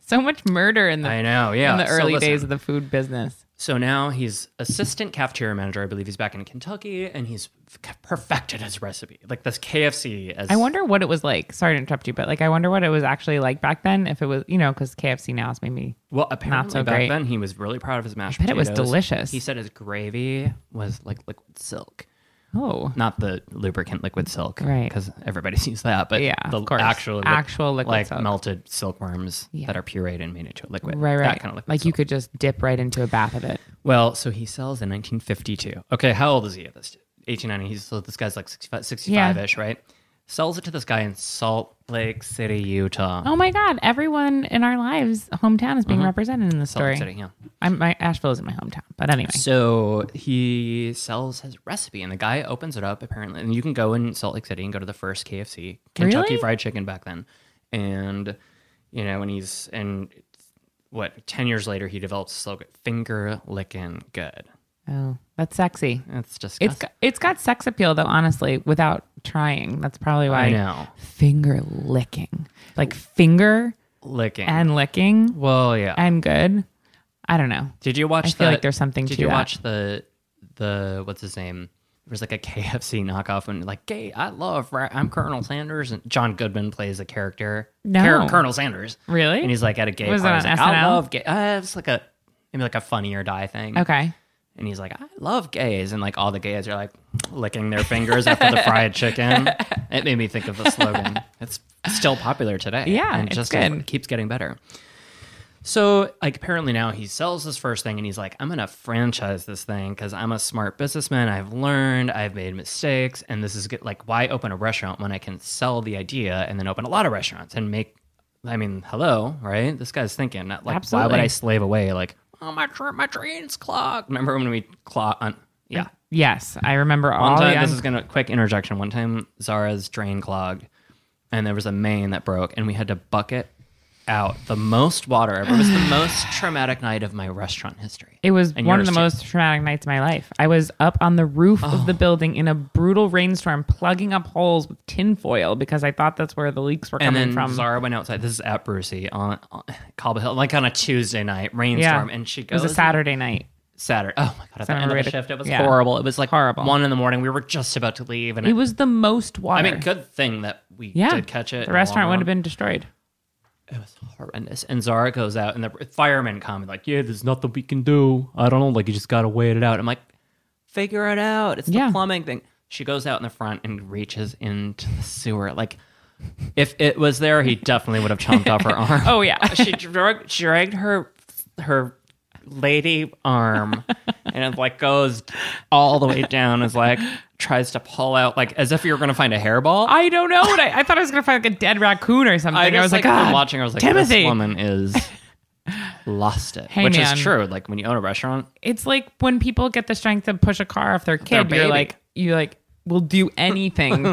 so much murder in the,
I know, yeah.
in the
So
early
listen,
days of the food business.
So now he's assistant cafeteria manager. I believe he's back in Kentucky, and he's f- perfected his recipe, like this KFC. As
I wonder what it was like. Sorry to interrupt you, but like, I wonder what it was actually like back then. If it was, you know, because KFC now is maybe
Well, apparently
so
back
great.
then he was really proud of his mashed
bet it was
potatoes.
delicious.
He said his gravy was like liquid silk,
oh,
not the lubricant liquid silk,
Right.
Because everybody sees that, but
Yeah,
the
of course.
actual li-
Actual liquid
like
silk.
melted silkworms
Yeah.
that are pureed and made into a liquid,
right, right.
That kind of liquid
like
silk.
you could just dip right into a bath of it.
Well, so he sells in 1952. Okay, how old is he at this? 1890. He's so this guy's like 65 ish, right? Sells it to this guy in Salt Lake City, Utah.
Oh my God! Everyone in our lives, hometown is being represented in this
Salt Lake
story.
City, yeah.
I'm, my Asheville isn't my hometown, but anyway,
So he sells his recipe, and the guy opens it up apparently. And you can go in Salt Lake City and go to the first KFC, Kentucky
Really?
Fried Chicken back then. And you know, and he's and what ten years later he develops the slogan "Finger licking good."
oh, that's sexy.
That's just
It's got, it's got sex appeal though, honestly. Without trying, that's probably why.
I know
Finger licking, like finger
licking.
and licking.
well, yeah.
I'm good. I don't know.
Did you watch?
I
the,
feel like there's something
Did
to
you
that.
watch the the what's his name? There was like a KFC knockoff and like, gay. I love. Ra- I'm Colonel Sanders, and John Goodman plays a character.
No.
Ker- Colonel Sanders.
Really?
And he's like at a gay
Was it
party. He's
on
like, I
SNL?
love gay. Uh, it's like a maybe like a funny or die thing.
Okay.
And he's like, I love gays, and like all the gays are like licking their fingers after the fried chicken. It made me think of the slogan. It's still popular today.
Yeah,
and
it's
just
good.
it keeps getting better. So like apparently now he sells his first thing, and he's like, I'm gonna franchise this thing because I'm a smart businessman. I've learned, I've made mistakes, and this is good. like why open a restaurant when I can sell the idea and then open a lot of restaurants and make. I mean, hello, right? This guy's thinking. Not like, why would
Absolutely.
I slave away? Like, oh my, tr- my train's clogged. Remember when we clock on?
Mm.
Yeah.
Yes, I remember all.
One
the
time, this
un-
is gonna quick interjection. One time, Zara's drain clogged, and there was a main that broke, and we had to bucket out the most water ever. It was the most traumatic night of my restaurant history.
It was
And
one of
yours
the
too. Oh.
most traumatic nights of my life. I was up on the roof of the building in a brutal rainstorm, plugging up holes with tinfoil because I thought that's where the leaks were
and
coming
then
from.
Zara went outside. This is at Brucey on, on Cobble Hill, like on a Tuesday night rainstorm, and she
it
goes
was a Saturday night.
Saturday. Oh my god, at the
Summer
end of the
rated-
shift, it was
yeah.
horrible. It was like
Horrible.
One in the morning, we were just about to leave, and
It was the most
I
water.
mean, good thing that we
yeah,
did catch it. in
The restaurant
long
would have
run.
been destroyed.
It was horrendous. And Zara goes out, and the firemen come and like, yeah, there's nothing we can do. I don't know. Like, you just gotta wait it out. I'm like, figure it out. It's
Yeah.
the plumbing thing. She goes out in the front and reaches into the sewer. Like, if it was there, he definitely would have chomped off her arm.
Oh yeah,
Uh, she drug, dragged her her lady arm and it like goes all the way down is like tries to pull out like as if you were gonna find a hairball
I don't know. What I, I thought I was gonna find like a dead raccoon or something. I,
just,
was like,
from
God,
watching. I was like, this
Timothy.
woman is lost it,
Hey,
which
man.
is true. Like when you own a restaurant,
It's like when people get the strength to push a car off their kid.
baby.
you're like, you like will do anything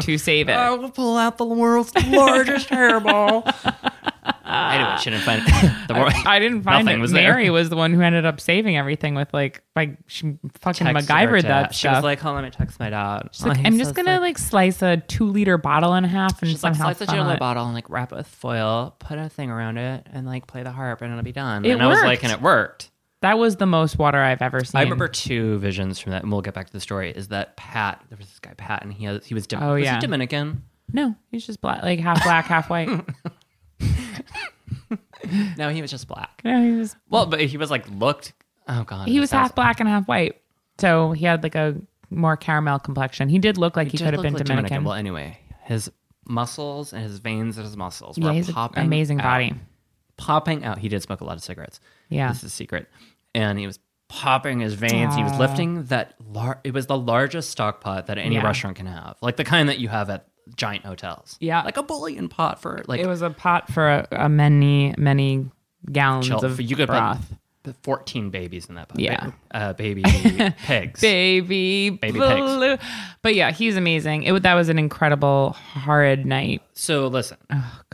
to save it.
will pull out the world's largest hairball. anyway, shouldn't find the world.
I didn't find
Nothing
it.
was there.
Mary was the one who ended up saving everything with like like she
Texted
fucking
her
MacGyvered
dad.
that
She
stuff.
was like, "Hold on, I text my dad."
She's like, I'm just gonna like slice a two liter bottle in half and
Just like
somehow
slice the
funnel
jello
it.
bottle and like wrap it with foil, put a thing around it, and like play the harp, and it'll be done.
It
and I was like,
worked.
and it worked.
That was the most water I've ever seen.
I remember two visions from that, and we'll get back to the story. Is that Pat? There was this guy Pat, and he has, he was, Dom-
Oh,
was he
yeah.
Dominican.
No, he's just black, like half black, half white.
No, he was just black.
No, he was.
Well, but he was like looked Oh god,
He
this
was
sounds-
half black and half white, so he had like a more caramel complexion. He did look like he,
just
could have
looked
been
like
Dominican.
Well, anyway, his muscles and his veins and his muscles
yeah,
were
he's an
popping.
amazing
out.
body.
popping out. He did smoke a lot of cigarettes.
Yeah.
This is a secret. And he was popping his veins. He was lifting that lar- it was the largest stock pot that any
Yeah.
restaurant can have. Like the kind that you have at giant hotels.
Yeah.
Like a bullion pot for like
It was a pot for a, a many many gallons
chill-
of
you could
broth.
put 14 babies in that pot.
Yeah.
Uh, baby pigs.
baby,
Baby
blue. But yeah, he's amazing. It wa- that was an incredible horrid night.
So listen,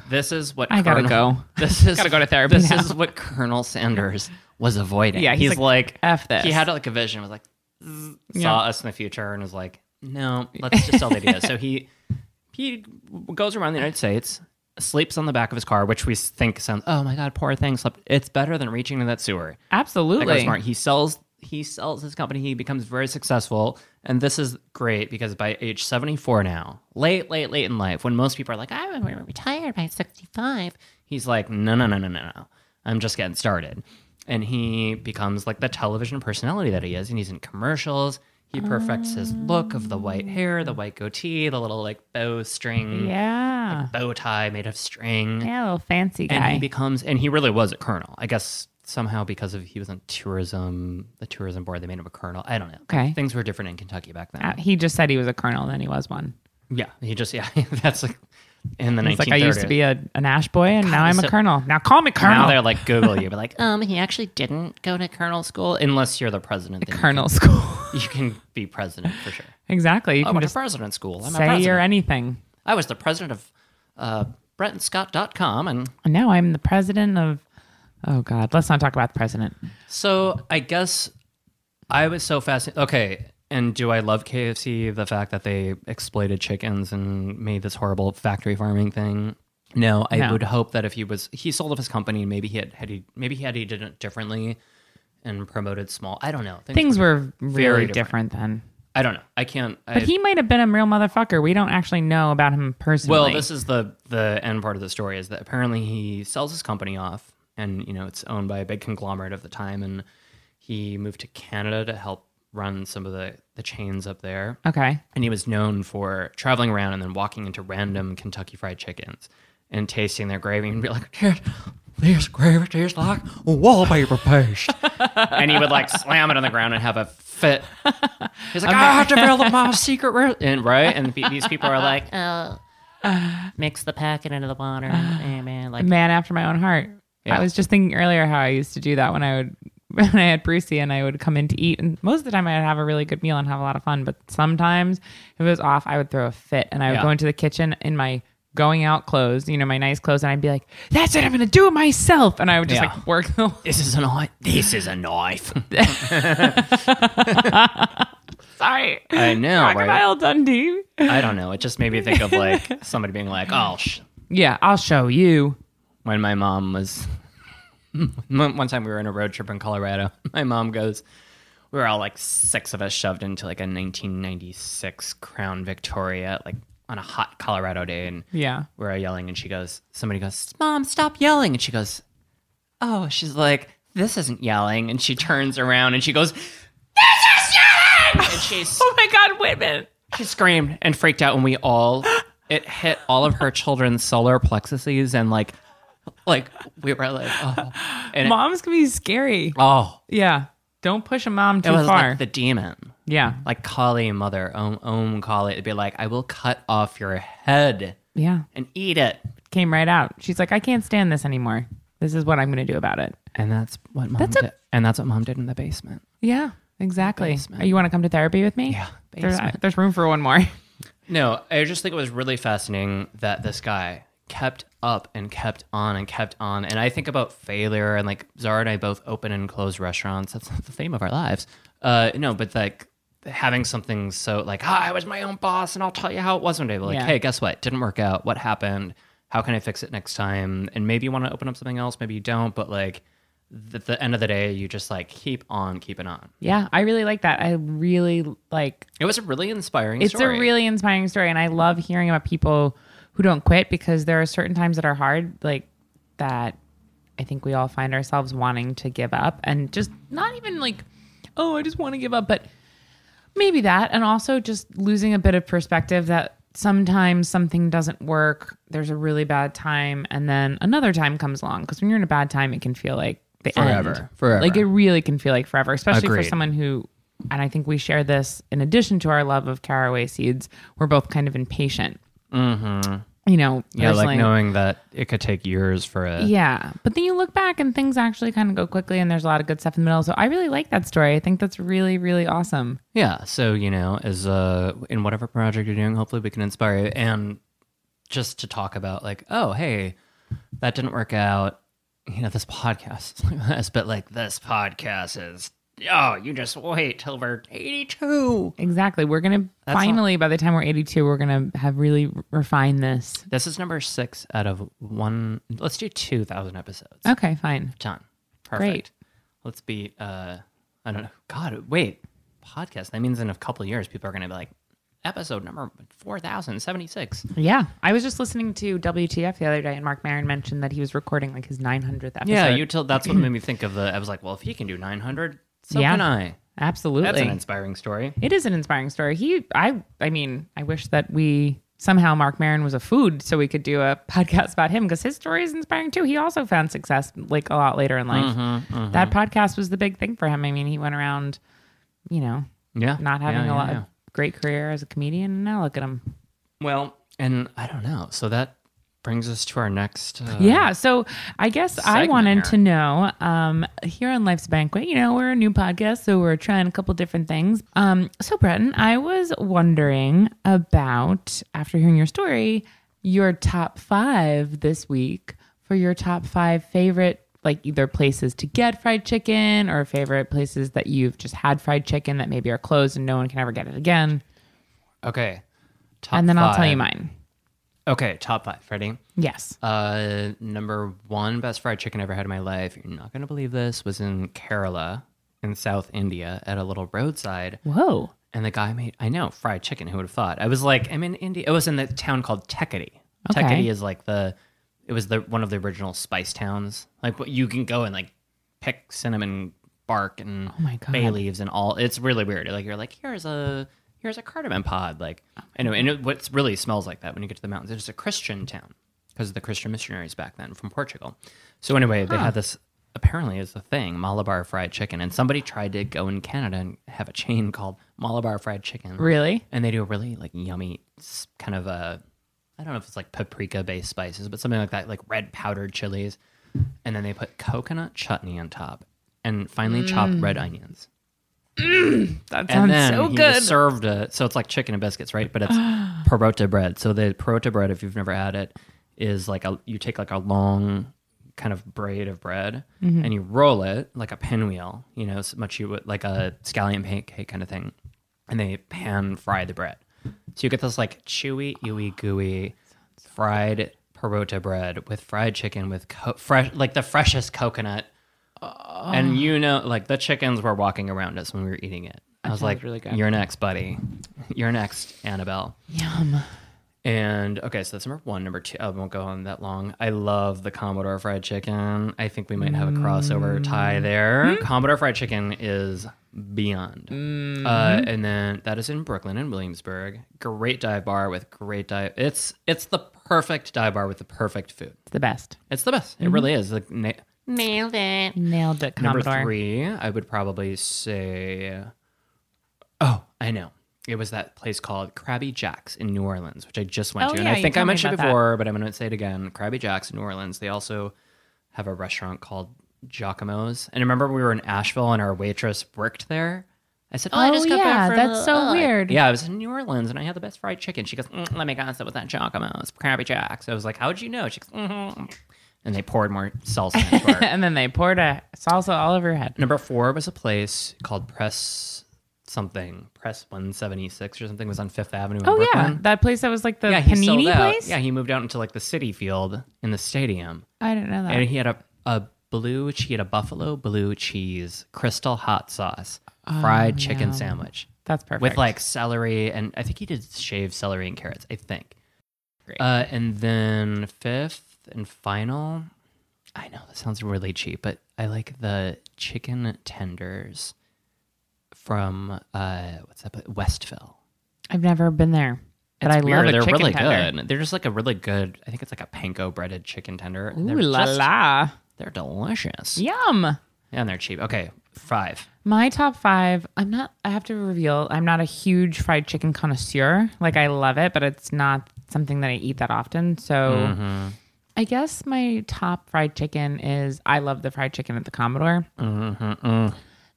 this is what
Oh, I gotta
Colonel-
go.
This is
Gotta go to therapy
This
now.
is what Colonel Sanders was avoiding.
Yeah, he's
he's,
like,
like,
"F this."
He had like a vision. Was like, zzz,
Yeah.
saw us in the future and was like, no, let's just sell the idea. So he he goes around the United States, sleeps on the back of his car, which we think sounds, oh my god, poor thing slept. It's better than reaching to that sewer. That guy's
Absolutely.
smart. He sells. He sells his company. He becomes very successful, and this is great because by age seventy-four now, late, late, late in life, when most people are like, "I'm gonna retire by 65. he's like, "No, no, no, no, no, no. I'm just getting started." And he becomes like the television personality that he is, and he's in commercials. He perfects his look of the white hair, the white goatee, the little like bow string,
Yeah.
bow tie made of string.
yeah, a little fancy
And
guy.
he becomes, and he really was a colonel. I guess somehow because of he was on tourism, the tourism board, they made him a colonel. I don't know.
Okay.
Things were different in Kentucky back then.
Uh, he just said he was a colonel, then he was one.
yeah. He just, yeah, that's like in the 1930s.
It's like I used to be a, an ash boy, and now I'm a
so-
colonel. Now call me
Now
colonel.
they're like Google you, but like, um, he actually didn't go to colonel school unless you're the president. then you can-
Colonel school.
You can, be president for sure.
exactly.
I
You can
went
just
to president school. I'm a
say
Oh,
you're
president.
anything.
I was the president of uh, BrentonScott.com and
And now I'm the president of. Oh God, let's not talk about the president.
So I guess I was so fascinated. Okay, and do I love KFC? The fact that they exploited chickens and made this horrible factory farming thing. No, I
No.
would hope that if he was he sold off his company, and maybe he had, had he maybe he had he did it differently and promoted small. I don't know.
Things were really
Very
different. then.
I don't know. I can't. I,
But he might have been a real motherfucker. We don't actually know about him personally.
Well, this is the the end part of the story is that apparently he sells his company off, and you know it's owned by a big conglomerate of the time, and he moved to Canada to help run some of the the chains up there.
okay.
And he was known for traveling around and then walking into random Kentucky Fried Chickens and tasting their gravy and be like, "Here's, this gravy tastes like wallpaper paste," and he would like slam it on the ground and have a fit. He's like, "I developed my secret," re-" and right, and pe- these people are like, Uh,
mix the packet into the water. Hey, man, like
man after my own heart. I
Yeah.
was just thinking earlier how I used to do that when I would when I had Brucey and I would come in to eat and most of the time I'd have a really good meal and have a lot of fun, but sometimes if it was off, I would throw a fit and I would
Yeah.
go into the kitchen in my going out clothes, you know, my nice clothes, and I'd be like, That's it, I'm gonna do it myself and I would just
Yeah.
like work the
This is a knife. This is a knife.
sorry.
I know, right?
Crocodile Dundee.
I don't know. It just made me think of like somebody being like, "Oh, sh-.
Yeah, I'll show you.
when my mom was." One one time we were on a road trip in Colorado. My mom goes, "We were all like six of us shoved into like a 1996 Crown Victoria, like on a hot Colorado day, and
Yeah.
we were yelling." And she goes, "Somebody goes, Mom, stop yelling!" And she goes, "Oh," she's like, "This isn't yelling." And she turns around and she goes, "This is yelling!" And she's
Oh my god, wait a minute.
She screamed and freaked out when we all it hit all of her children's solar plexuses and like like we were like oh and
Moms can be scary.
oh
Yeah. Don't push a mom too
it was
far.
like the demon
yeah.
like Kali mother om om Kali it'd be like I will cut off your head
Yeah.
and eat it
came right out. She's like, I can't stand this anymore. This is what I'm going to do about it.
and that's what mom
That's a-
did and that's what mom did in the basement
Yeah, exactly.
Basement.
You want to come to therapy with me?
Yeah,
There's, uh,
basement.
there's room for one more.
No, I just think it was really fascinating that this guy kept up and kept on and kept on. And I think about failure and like Zara and I both open and close restaurants. That's not the fame of our lives. Uh, no, but like having something so like, ah, I was my own boss and I'll tell you how it was one day. But like,
Yeah.
hey, guess what? Didn't work out. What happened? How can I fix it next time? And maybe you want to open up something else. Maybe you don't. But like th- at the end of the day, you just like keep on keeping on.
Yeah, I really like that. I really like
It was a really inspiring
it's
story.
a really inspiring story and I love hearing about people who don't quit because there are certain times that are hard like that I think we all find ourselves wanting to give up and just not even like, oh, I just want to give up, but maybe that. And also just losing a bit of perspective that sometimes something doesn't work. There's a really bad time. And then another time comes along. Cause when you're in a bad time, it can feel like the
Forever.
end.
Forever.
Like it really can feel like forever, especially
Agreed.
for someone who, and I think we share this in addition to our love of caraway seeds, we're both kind of impatient. Mm-hmm. You know,
Yeah,
there's
like knowing that it could take years for a.
yeah. But then you look back and things actually kind of go quickly and there's a lot of good stuff in the middle. So I really like that story. I think that's really, really awesome.
Yeah. So, you know, as uh in whatever project you're doing, hopefully we can inspire you and just to talk about like, oh, hey, that didn't work out. You know, this podcast is like this, but like this podcast is oh, you just wait till we're eighty two.
Exactly. We're going to finally, by the time we're 82, we're going to have really refined this.
This is number six out of one let's do two thousand episodes.
Okay, fine.
Done. Perfect.
Oh. Great.
Let's be uh I don't know. God, wait. Podcast. That means in a couple of years people are gonna be like, episode number four thousand seventy six.
Yeah. I was just listening to WTF the other day and Mark Maron mentioned that he was recording like his 900th episode.
Yeah, you tell. That's what made me think of the. I was like, well, if he can do 900, so
Yeah.
can I.
Absolutely.
That's an inspiring story.
It is an inspiring story. He, I, I mean, I wish that we somehow Mark Maron was a food, so we could do a podcast about him because his story is inspiring too. He also found success like a lot later in life.
Mm-hmm,
That podcast was the big thing for him. I mean, he went around, you know,
Yeah,
not having
yeah,
a lot
yeah, yeah.
of great career as a comedian, and now look at him.
Well, and I don't know. So that brings us to our next. Uh,
Yeah. So I guess I
segment
wanted
here.
to know um, here on Life's Banquet, you know, we're a new podcast, so we're trying a couple different things. Um, so, Breton, I was wondering about, after hearing your story, your top five this week for your top five favorite, like either places to get fried chicken or favorite places that you've just had fried chicken that maybe are closed and no one can ever get it again.
Okay. Top
And then i I'll tell you
five.
mine.
Okay, top five. Ready?
Yes.
Uh, number one, best fried chicken I ever had in my life. You're not gonna believe this. Was in Kerala, in South India, at a little roadside.
Whoa.
And the guy made, I know, fried chicken. Who would have thought? I was like, I'm in India. It was in the town called Tecate.
Okay.
Tecate is like the, it was the one of the original spice towns. Like what- you can go and like pick cinnamon bark and
Oh my God.
bay leaves and all. It's really weird. Like you're like, here's a here's a cardamom pod. Like anyway, and it, what really smells like that when you get to the mountains. It's a Christian town because of the Christian missionaries back then from Portugal. So anyway, they had this. Apparently, is a thing Malabar fried chicken, and somebody tried to go in Canada and have a chain called Malabar fried chicken
Really?
and they do a really like yummy s- kind of a I don't know if it's like paprika based spices, but something like that, like red powdered chilies, and then they put coconut chutney on top, and finely chopped red onions.
That
And
sounds
then
so
he
good.
was served a, so it's like chicken and biscuits, right? But it's parota bread. So the parota bread, if you've never had it, is like a you take like a long kind of braid of bread
Mm-hmm.
and you roll it like a pinwheel, you know, so much you would like a scallion pancake kind of thing, and they pan fry the bread. So you get this like chewy, ewy, gooey fried parota bread with fried chicken with co- fresh like the freshest coconut. And you know, like the chickens were walking around us when we were eating it. I was like,
really good.
"You're next, buddy. You're next, Annabelle."
Yum.
And okay, so that's number one. Number two, I won't go on that long. I love the Commodore fried chicken. I think we might have a crossover tie there. Commodore fried chicken is beyond. Uh, and then that is in Brooklyn and Williamsburg. Great dive bar with great dive. It's it's the perfect dive bar with the perfect food.
It's the best.
It's the best. It really is. Like na-
Nailed it.
Nailed it, Commodore.
Number three, I would probably say. Oh, I know. It was that place called Krabby Jack's in New Orleans, which I just went to.
Oh, yeah,
and I
you
think
told
I
me
mentioned
about that.
before, but I'm going to say it again. Krabby Jack's in New Orleans. They also have a restaurant called Giacomo's. And I remember we were in Asheville and our waitress worked there. I said, Oh, I just got back from
that's so weird.
yeah, I was in New Orleans and I had the best fried chicken. She goes, mm, let me guess, it was that Giacomo's, Krabby Jack's. I was like, how'd you know? She goes, mm-hmm. and they poured more salsa into her.
And then they poured a salsa all over your head.
Number four was a place called Press something, Press 176 or something. It was on Fifth Avenue. In
Oh yeah,
Brooklyn.
that place that was like the
yeah, he sold
panini
out.
place.
Yeah, he moved out into like the city field in the stadium,
I didn't know that.
and he had a a blue che- he had a buffalo blue cheese crystal hot sauce
Oh,
fried chicken sandwich
that's perfect.
with like celery and I think he did shave celery and carrots. I think. Uh, and then fifth and final, I know that sounds really cheap, but I like the chicken tenders from uh, what's that? pla- Westville.
I've never been there, but I
It's weird.
love a
They're
chicken
really
tender.
good. They're just like a really good. I think it's like a panko breaded chicken tender. and
Ooh
they're
la
just-
la,
They're delicious.
yum.
and they're cheap. Okay, five.
My top five. I'm not. I have to reveal. I'm not a huge fried chicken connoisseur. Like I love it, but it's not something that I eat that often. So. Mm-hmm. I guess my top fried chicken is I love the fried chicken at the Commodore. Mm-hmm,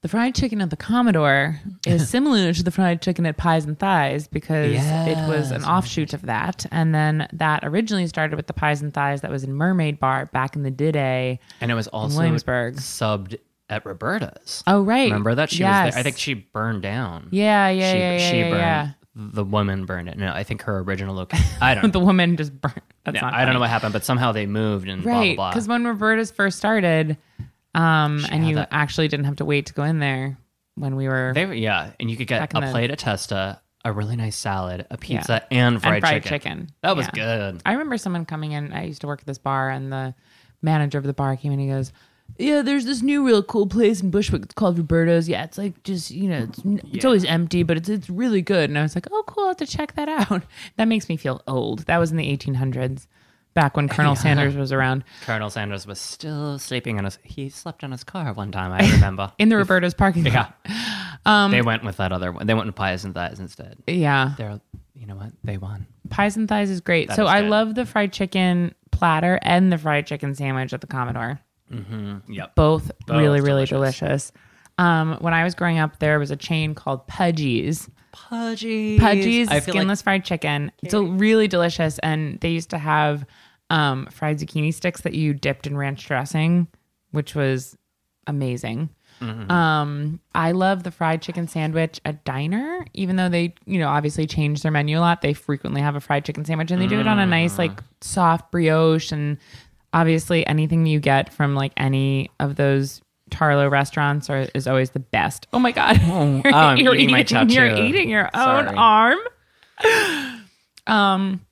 The fried chicken at the Commodore is similar to the fried chicken at Pies and Thighs because it was an offshoot of that. And then that originally started with the Pies and Thighs that was in Mermaid Bar back in the day.
And it was also
Williamsburg.
subbed at Roberta's.
Oh, right.
Remember that she was
yes.
there. I think she burned down.
Yeah, yeah,
she,
yeah, yeah,
she
yeah,
burned.
yeah.
The woman burned it. No, I think her original location. I don't.
The
know.
woman just burnt. That's
Yeah,
not
I don't know
funny.
what happened, but somehow they moved and
Right.
blah blah
Because
blah.
when Roberta's first started, um, and
had
you
that-
actually didn't have to wait to go in there when we were.
They were- yeah, and you could get
Back
a
in the-
plate of testa, a really nice salad, a pizza, and, fried
and fried chicken.
That was
Yeah.
good.
I remember someone coming in. I used to work at this bar, and the manager of the bar came in. and He goes, "Yeah, there's this new real cool place in Bushwick. It's called Roberto's. Yeah, it's like just you know, it's, it's always empty, but it's it's really good." And I was like, "Oh, cool. I have to check that out." That makes me feel old. That was in the 1800s, back when Colonel Sanders was around
Colonel Sanders was still sleeping on his. He slept on his car one time. I remember.
in um, the Roberto's parking lot.
yeah. they went with that other one. They went with pies and thighs instead.
yeah.
They're, you know what? They won.
Pies and thighs is great. so
is
I
good.
love the fried chicken platter and the fried chicken sandwich at the Commodore.
Mm-hmm. Yep.
both,
Both
really, really delicious. Um, when I was growing up, there was a chain called Pudgy's.
Pudgy.
Pudgy's
I feel
skinless fried chicken. It's a really delicious, and they used to have um, fried zucchini sticks that you dipped in ranch dressing, which was amazing. Um, I love the fried chicken sandwich at Diner, even though they, you know, obviously change their menu a lot. They frequently have a fried chicken sandwich, and they do it on a
Mm.
nice, like, soft brioche, and obviously anything you get from like any of those. Tarlo restaurants are is always the best. Oh my god! you're,
I'm eating my
you're
tattoo.
eating your own
Sorry.
arm. Um,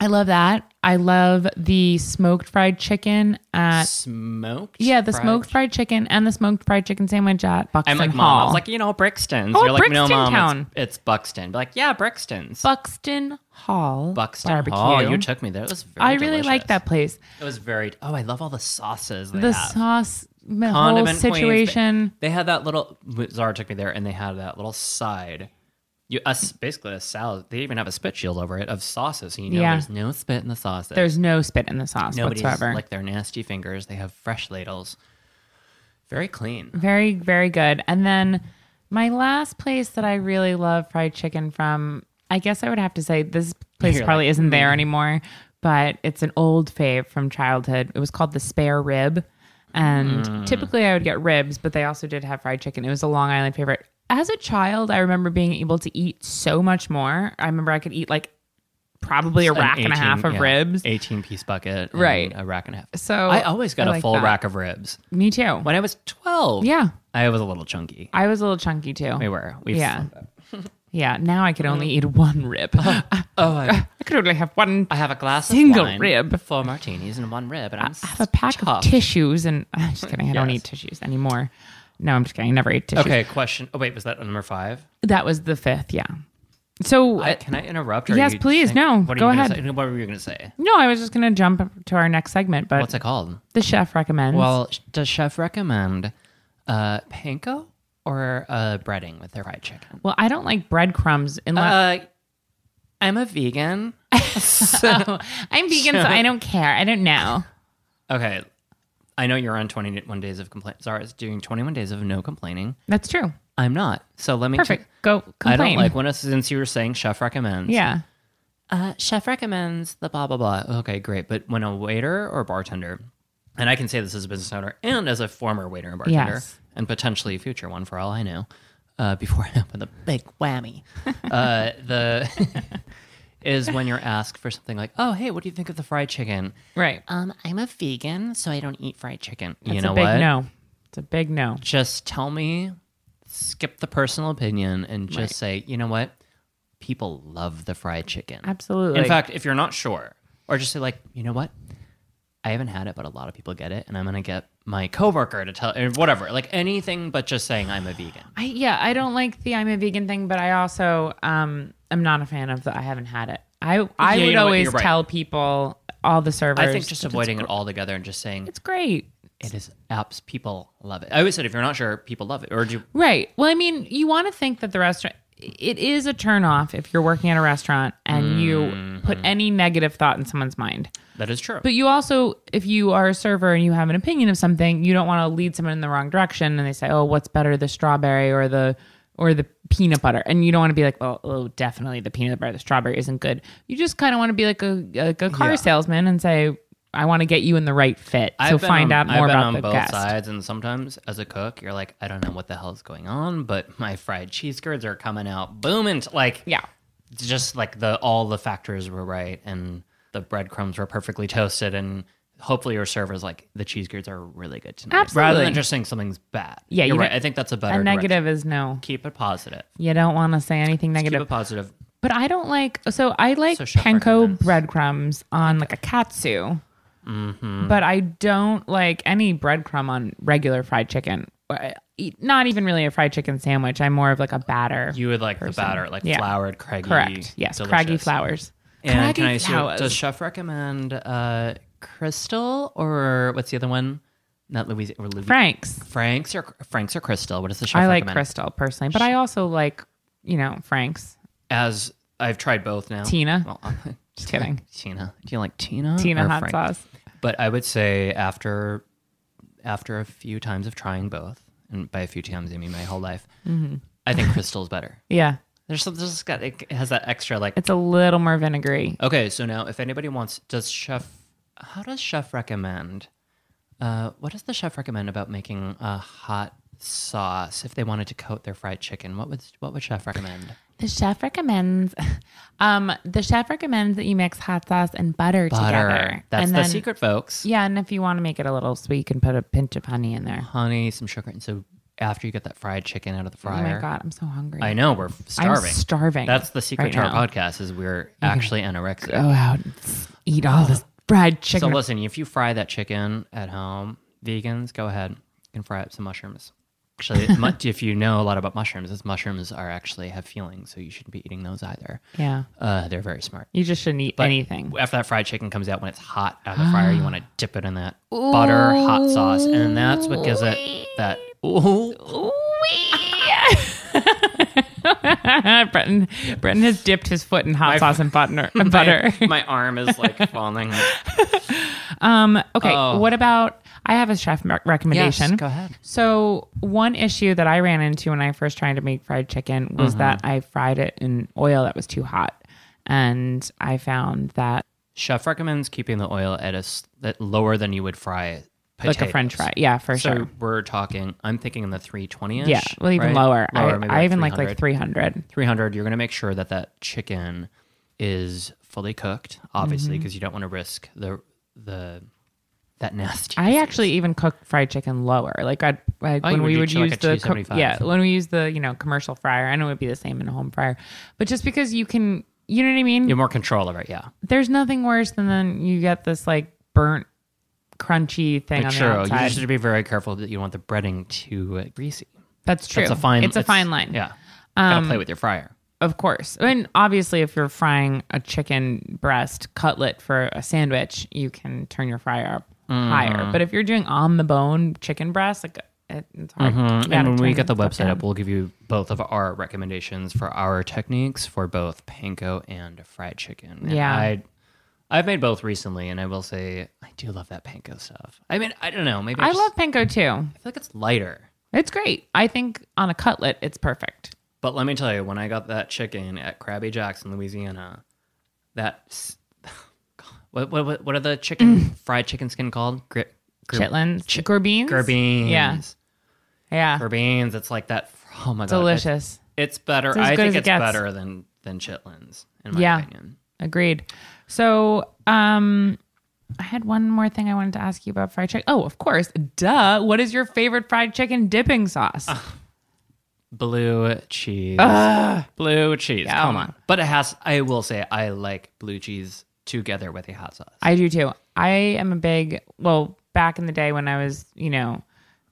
I love that. I love the smoked fried chicken
like
at
smoked.
yeah, the
fried-
smoked fried chicken and the smoked fried chicken sandwich at Buxton
I'm like,
Hall.
mom. I was like, you know, Brixton's.
Oh,
You're like, no,
Brixton
mom. it's-
Town.
It's, Buxton. But like, yeah, Brixton's.
Buxton Hall
Buxton.
barbecue.
Oh, you took me there. It was very
I really like
delicious.
that place.
It was very. Oh, I love all the sauces. They
The
have.
sauce, the whole
Condiment queens,
situation.
They, they had that little. Zara took me there, and they had that little side. You, us basically a salad. They even have a spit shield over it of sauces. So you know,
Yeah.
there's no spit in the sauces.
There's no spit in the sauce
nobody's
whatsoever.
like their nasty fingers. They have fresh ladles. Very clean.
Very, very good. And then my last place that I really love fried chicken from, I guess I would have to say this place
You're "Hmm."
probably isn't there anymore, but it's an old fave from childhood. It was called the Spare Rib. And
Hmm.
typically I would get ribs, but they also did have fried chicken. It was a Long Island favorite. As a child, I remember being able to eat so much more. I remember I could eat like probably a
An
rack and a
18
half of
yeah,
ribs.
Eighteen piece bucket. and
Right.
A rack and a half.
So
I always got
a
a full rack of ribs
Me too.
when I was twelve.
Yeah.
I was a little chunky.
I was a little chunky too.
We were. We've
Yeah. Yeah, now I could only eat one rib. I
Oh, I,
could only have one.
I have a glass
Single
of wine,
rib.
four martinis, and one rib, and I'm
I have a pack
chuffed.
of tissues, and I'm just kidding. I don't
Yes.
eat tissues anymore. No, I'm just kidding. I never ate tissues.
Okay, question. Oh wait, was that number five?
that was the fifth. Yeah. So
I,
uh,
can I interrupt? or
yes,
you
please,
think-
no,
What are
go
you gonna
ahead.
Say? What were you going to say?
no, I was just gonna jump to our next segment, but
What's it called?
the chef recommends.
Well, sh- does chef recommend uh, panko or uh, breading with their fried chicken?
well, I don't like breadcrumbs unless
Uh, I'm a vegan.
I'm vegan, so I don't care. I don't know.
Okay, I know you're on 21 days of complaint. Sorry, it's doing 21 days of no complaining.
That's true.
I'm not. So let me.
Perfect.
check-
Go
I
complain.
don't like when since you were saying chef recommends.
Yeah.
uh, chef recommends the blah blah blah. Okay, great. But when a waiter or bartender, and I can say this as a business owner and as a former waiter and bartender,
Yes.
and potentially a future one for all I know, uh, before I open the big whammy, uh, the is when you're asked for something like, "Oh, hey, what do you think of the fried chicken?"
Right.
Um, I'm a vegan, so I don't eat fried chicken. you
It's
know
a big
what?
no. It's a big no.
Just tell me, skip the personal opinion, and just say, you know what? People love the fried chicken.
Absolutely.
In fact, if you're not sure, or just say like, you know what, I haven't had it, but a lot of people get it, and I'm gonna get my coworker to tell or whatever, like anything but just saying I'm a vegan.
I yeah, I don't like the I'm a vegan thing, but I also um am not a fan of the I haven't had it. I
Yeah,
I
you
would
know what,
always
you're right.
tell people all the servers.
I think just
that
avoiding it altogether and just saying
it's great.
it is apps. People love it. I always said if you're not sure, people love it. Or do you,
Right. Well, I mean, you want to think that the restaurant it is a turnoff if you're working at a restaurant and
Mm-hmm.
you put any negative thought in someone's mind.
that is true.
But you also, if you are a server and you have an opinion of something, you don't want to lead someone in the wrong direction. And they say, "Oh, what's better, the strawberry or the or the peanut butter?" And you don't want to be like, "Well, oh, definitely the peanut butter. The strawberry isn't good." You just kind of want to be like a like a car
Yeah.
salesman and say, "I want to get you in the right fit." so
been
find
on-
out more
I've been
about
on
the
both
guest.
sides, and sometimes as a cook, you're like, I don't know what the hell's going on, but my fried cheese curds are coming out booming. Like,
Yeah.
it's just like the all the factors were right, and the breadcrumbs were perfectly toasted, and hopefully your server's like the cheese curds are really good tonight, rather
Absolutely.
than just saying something's bad.
Yeah,
you're
you
right.
don't-
I think that's a
A
better direction.
negative is no.
Keep it positive.
You don't want to say anything
Keep
negative.
it positive.
But I don't like so I like
So shop
panko
recommends.
breadcrumbs on like a katsu.
Mm-hmm.
But I don't like any breadcrumb on regular fried chicken. I eat- Not even really a fried chicken sandwich. I'm more of like a batter.
You would like the batter, like
Yeah.
floured, craggy,
Correct. Yes, craggy
delicious.
flowers.
And
Craggy
can I ask you,
flowers.
does Chef recommend uh, Crystal or what's the other one? Not Louise or Louis.
Franks.
Franks or Franks or Crystal? What does the chef
I like
recommend?
Crystal personally, but I also like, you know, Franks.
As I've tried both now.
Tina.
Well, I'm-
Just kidding.
Tina. Do you like Tina?
Tina
or
hot
Frank?
sauce.
But I would say after after a few times of trying both, and by a few times I mean my whole life,
Mm-hmm.
I think Crystal's better.
Yeah.
There's something just got it has that extra like
It's a little more vinegary.
Okay, so now if anybody wants, does chef, how does chef recommend? Uh, what does the chef recommend about making a hot sauce if they wanted to coat their fried chicken? What would what would chef recommend?
The chef recommends, um, the chef recommends that you mix hot sauce and butter, together.
That's
and
the
then,
secret, folks.
Yeah, and if you want to make it a little sweet, you can put a pinch of honey in there.
Honey, some sugar, and so after you get that fried chicken out of the
Oh
fryer.
my god, I'm so hungry.
I know we're starving.
starving
That's the secret
right
to our
now. Oh,
podcast is we're actually anorexic.
Go out and s- eat all this fried
So
chicken.
listen, if you fry that chicken at home, vegans, go ahead and fry up some mushrooms. Actually, mu- if you know a lot about mushrooms, is mushrooms are actually have feelings, so you shouldn't be eating those either.
yeah,
Uh, they're very smart.
you just shouldn't eat
But
anything.
After that fried chicken comes out when it's hot out of the fryer, you want to dip it in that butter, hot sauce, and that's what gives it that. Ooh,
Breton, Breton has dipped his foot in hot sauce and butter. butter.
my arm is like falling.
Okay,
Oh.
what about? I have a chef rec- recommendation.
Yes, go ahead.
So one issue that I ran into when I first tried to make fried chicken
Mm-hmm.
was that I fried it in oil that was too hot, and I found that
Chef recommends keeping the oil at a s- that lower than you would fry potatoes.
like a French fry, yeah, for
So
sure,
we're talking. I'm thinking in the 320 ish.
yeah, well even lower. I, I even like like
three
three hundred.
300. You're going to make sure that that chicken is fully cooked, obviously,
Mm-hmm.
because you don't want to risk the the that nasty.
I actually even cooked fried chicken lower. Like I'd, I'd
Oh, you
when
would
we
do
would
chi- like
use
a
the co-
275.
yeah when we use the you know commercial fryer. I know it would be the same in a home fryer, but just because you can, you know what I mean.
you're more control over it. Yeah,
there's nothing worse than then you get this like burnt, crunchy thing
like
on
sure.
the
You
outside.
just have to be very careful that you don't want the breading too uh, greasy.
that's true.
It's a fine.
It's a fine line. Um,
Yeah, gotta play with your fryer.
of course. And obviously, if you're frying a chicken breast cutlet for a sandwich, you can turn your fryer up
Mm-hmm.
higher. But if you're doing on the bone chicken breast, like it, it's hard. You gotta
Mm-hmm. And when we
turn
get the
it up
website up, we'll give you both of our recommendations for our techniques for both panko and fried chicken. And
Yeah.
I, I've made both recently, and I will say I do love that panko stuff. I mean, I don't know. Maybe I,
I
just-
love panko too.
I feel like it's lighter.
It's great. I think on a cutlet, it's perfect.
But let me tell you, when I got that chicken at Krabby Jack's in Louisiana, that s- what what what, what are the
Mm.
chicken fried chicken skin called? Gri- gri-
Chitlins, gourbeans,
Gerbeans.
Yeah. yeah,
Gerbeans. It's like that. Oh my god, it's-
delicious.
It's better.
as
I
good
think
as it
it's
gets.
better than than chitlins, in my
Yeah.
opinion.
Agreed. So, um, I had one more thing I wanted to ask you about fried chicken. Oh, of course. Duh. What is your favorite fried chicken dipping sauce?
Blue cheese. Blue cheese. Come on. But it has. I will say, I like blue cheese together with a hot sauce.
I do too. I am a big, well, back in the day when I was, you know,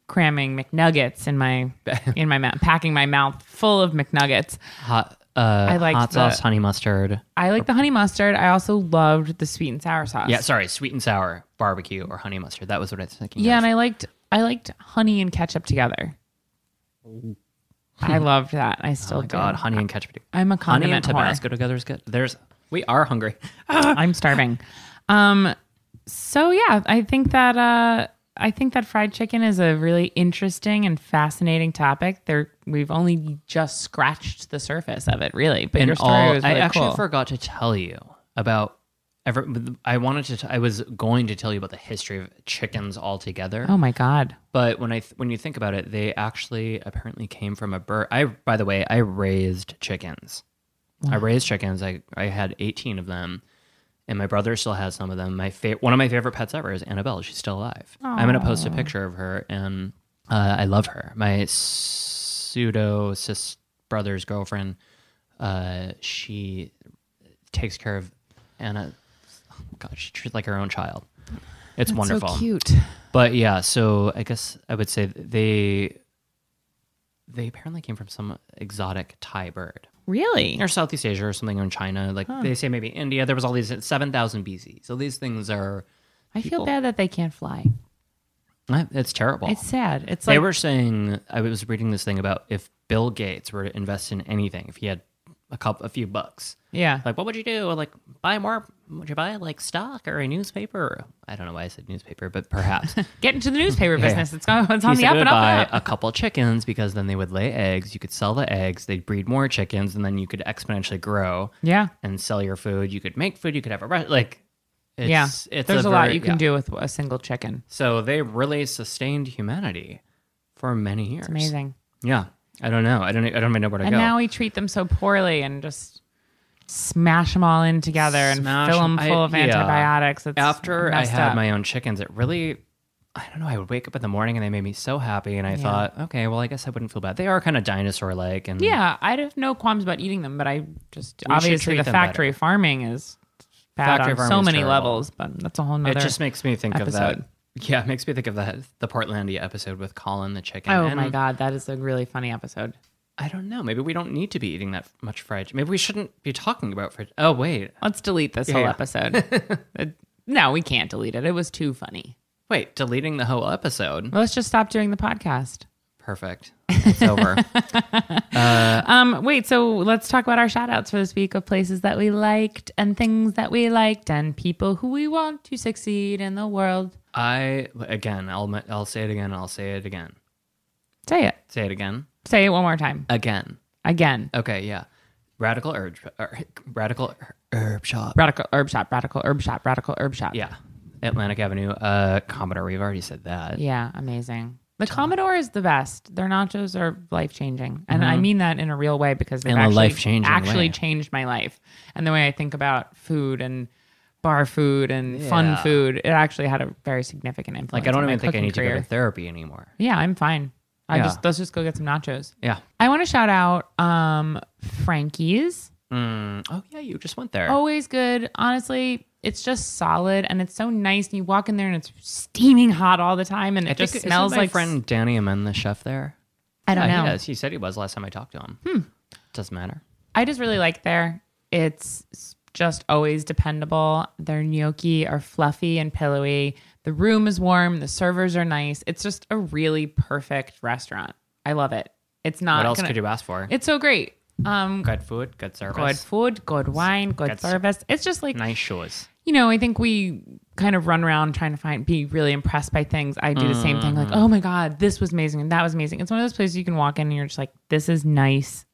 cramming McNuggets in my in my mouth, packing my mouth full of McNuggets.
Hot, uh, I
liked
hot sauce,
the-
honey mustard.
I like the honey mustard. I also loved the sweet and sour sauce.
Yeah, sorry, sweet and sour barbecue or honey mustard. That was what I was thinking.
Yeah,
of.
and I liked I liked honey and ketchup together. I loved that. I still
oh my
do.
god, honey and ketchup.
I'm a
honey and
condiment whore.
Tabasco together is good. There's we are hungry.
I'm starving. Um, so yeah, I think that uh, I think that fried chicken is a really interesting and fascinating topic. There, we've only just scratched the surface of it, really. But your
And
story
all,
was really
I actually
cool.
forgot to tell you about. Ever, I wanted to. T- I was going to tell you about the history of chickens altogether.
oh my god!
But when I th- when you think about it, they actually apparently came from a bird. I by the way, I raised chickens. I raised chickens. I I had 18 of them. And my brother still has some of them. My fa- one of my favorite pets ever is Annabelle. She's still alive. I'm gonna post a picture of her, and uh, I love her. My pseudo sis brother's girlfriend, uh, she takes care of Anna. Oh my God, she treats like her own child. It's wonderful.
cute.
But yeah, so I guess I would say they they apparently came from some exotic Thai bird
Really?
or Southeast Asia or something or in China. Like they say maybe India. There was all these seven thousand BC. So these things are
I feel bad that they can't fly.
eh, it's terrible.
It's sad. It's
they
like
were saying I was reading this thing about if Bill Gates were to invest in anything, if he had a couple a few bucks,
yeah.
like what would you do? Like buy more? Would you buy like stock or a newspaper? I don't know why I said newspaper, but perhaps.
Get into the newspaper business. It's going. It's on
He said
the up and
would
up
buy
and up.
a couple chickens because then they would lay eggs. You could sell the eggs. They'd breed more chickens, and then you could exponentially grow
Yeah.
and sell your food. You could make food. You could have a rest. Like, it's,
Yeah.
it's
There's a, lot
very-
you can
yeah.
do with a single chicken.
So they really sustained humanity for many years.
It's amazing.
Yeah, I don't know. I don't. e, I don't even know where to
And
go.
now we treat them so poorly and just smash them all in together and
Smash
fill
'em.
them
I-
full of
yeah.
antibiotics. It's
After I
messed
had
up.
my own chickens, it really. I don't know. I would wake up in the morning and they made me so happy, and I thought, okay, well, I guess I wouldn't feel bad. They are kind of dinosaur-like, and
yeah, I'd have no qualms about eating them, but I just
should
obviously
treat
the
them
factory farming is bad
Factory
on so
farming is
many
terrible.
levels. But that's a whole nother.
It just makes me think of
episode.
that. Yeah, it makes me think of that the Portlandia episode with Colin the chicken.
oh
And
my god, that is a really funny episode.
I don't know. Maybe we don't need to be eating that much fried. Maybe we shouldn't be talking about fried. Oh wait,
Let's delete this whole
yeah.
episode. It- no, we can't delete it. It was too funny.
wait, deleting the whole episode.
Let's just stop doing the podcast.
Perfect. It's over.
Um, wait, so let's talk about our shout outs for this week of places that we liked and things that we liked and people who we want to succeed in the world.
I again. I'll I'll say it again. I'll say it again.
Say it.
Say it again.
Say it one more time.
Again.
Again.
Okay. Yeah. Radical herb. er, radical her- herb shop.
Radical herb shop, radical herb shop, radical herb shop.
yeah. Atlantic Avenue. Uh, Commodore. We've already said that.
Yeah, amazing. The Commodore is the best. Their nachos are life changing. And I mean that in a real way because they've
Mm-hmm. In a
actually,
life-changing
actually
way.
changed my life. And the way I think about food and bar food and fun
Yeah.
food, it actually had a very significant influence.
Like I don't
on my
even think I
cooking
need to
career.
go to therapy anymore.
Yeah, I'm fine. I
Yeah.
just let's just go get some nachos.
Yeah.
I want to shout out um Frankie's.
Mm, oh yeah, you just went there.
Always good. Honestly, it's just solid and it's so nice. And you walk in there and it's steaming hot all the time and it just
Think- isn't
smells
my
like
friend Danny Amen, the chef there.
I don't
yeah,
know.
He, does. he said he was last time I talked to him. Hmm. Doesn't matter.
I just really like their. It's just always dependable. Their gnocchi are fluffy and pillowy. The room is warm. The servers are nice. It's just a really perfect restaurant. I love it. It's not
What else
gonna-
could you ask for?
Uh, It's so great. Um,
good food, good
good
service,
food, good wine, good
That's-
service. It's just like
nice shoes.
you know, I think we kind of run around trying to find be really impressed by things. I do the same thing, like, oh my God, this was amazing and that was amazing. It's one of those places you can walk in and you're just like, this is nice,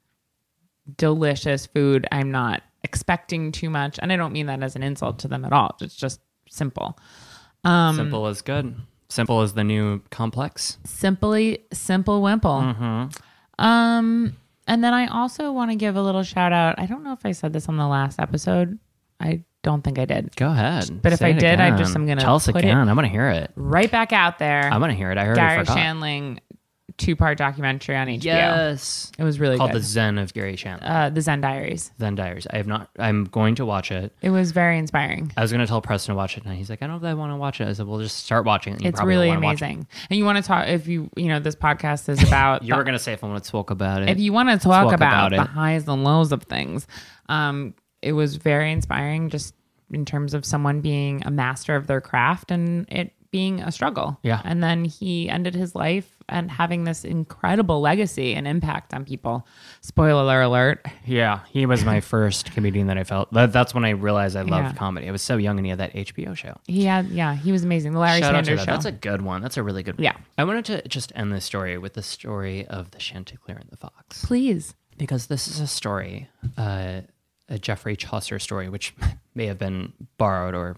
delicious food. I'm not expecting too much. And I don't mean that as an insult to them at all. It's just simple. Um,
Simple is good. Simple is the new complex.
Simply simple wimple. Um, and then I also want to give a little shout out. I don't know if I said this on the last episode. I don't think I did.
Go ahead.
But if
Say
I
it
did, I
again.
just- I'm gonna
tell us
put it-
again. I'm gonna hear it.
Right back out there.
I'm gonna hear it. I heard
Gary
forgot.
Shandling two part documentary on HBO.
Yes.
It was really
Called
good.
The Zen of Gary Shandling.
uh, the Zen Diaries.
Zen Diaries. I have not, I'm going to watch it.
It was very inspiring.
I was going to tell Preston to watch it, and he's like, I don't know if I want to watch it. I said, well, just start watching it. and you
It's
probably
really
won't wanna watch it."
amazing. And you want to talk if you you know this podcast is about
You were going to say if I want to talk about it.
Uh, if you want to talk,
Talk
about,
about
the
it.
highs and lows of things. Um, it was very inspiring, just in terms of someone being a master of their craft and it being a struggle.
Yeah.
And then he ended his life and having this incredible legacy and impact on people. Spoiler alert.
yeah, he was my first comedian that I felt. That, that's when I realized I loved
Yeah.
comedy. I was so young and he had that HBO show.
He had yeah, he was amazing. The Larry
Shout out to that.
Sanders show.
That's a good one. That's a really good one.
Yeah.
I wanted to just end this story with the story of the Chanticleer and the Fox.
Please.
because this is a story, uh, a Geoffrey Chaucer story, which may have been borrowed or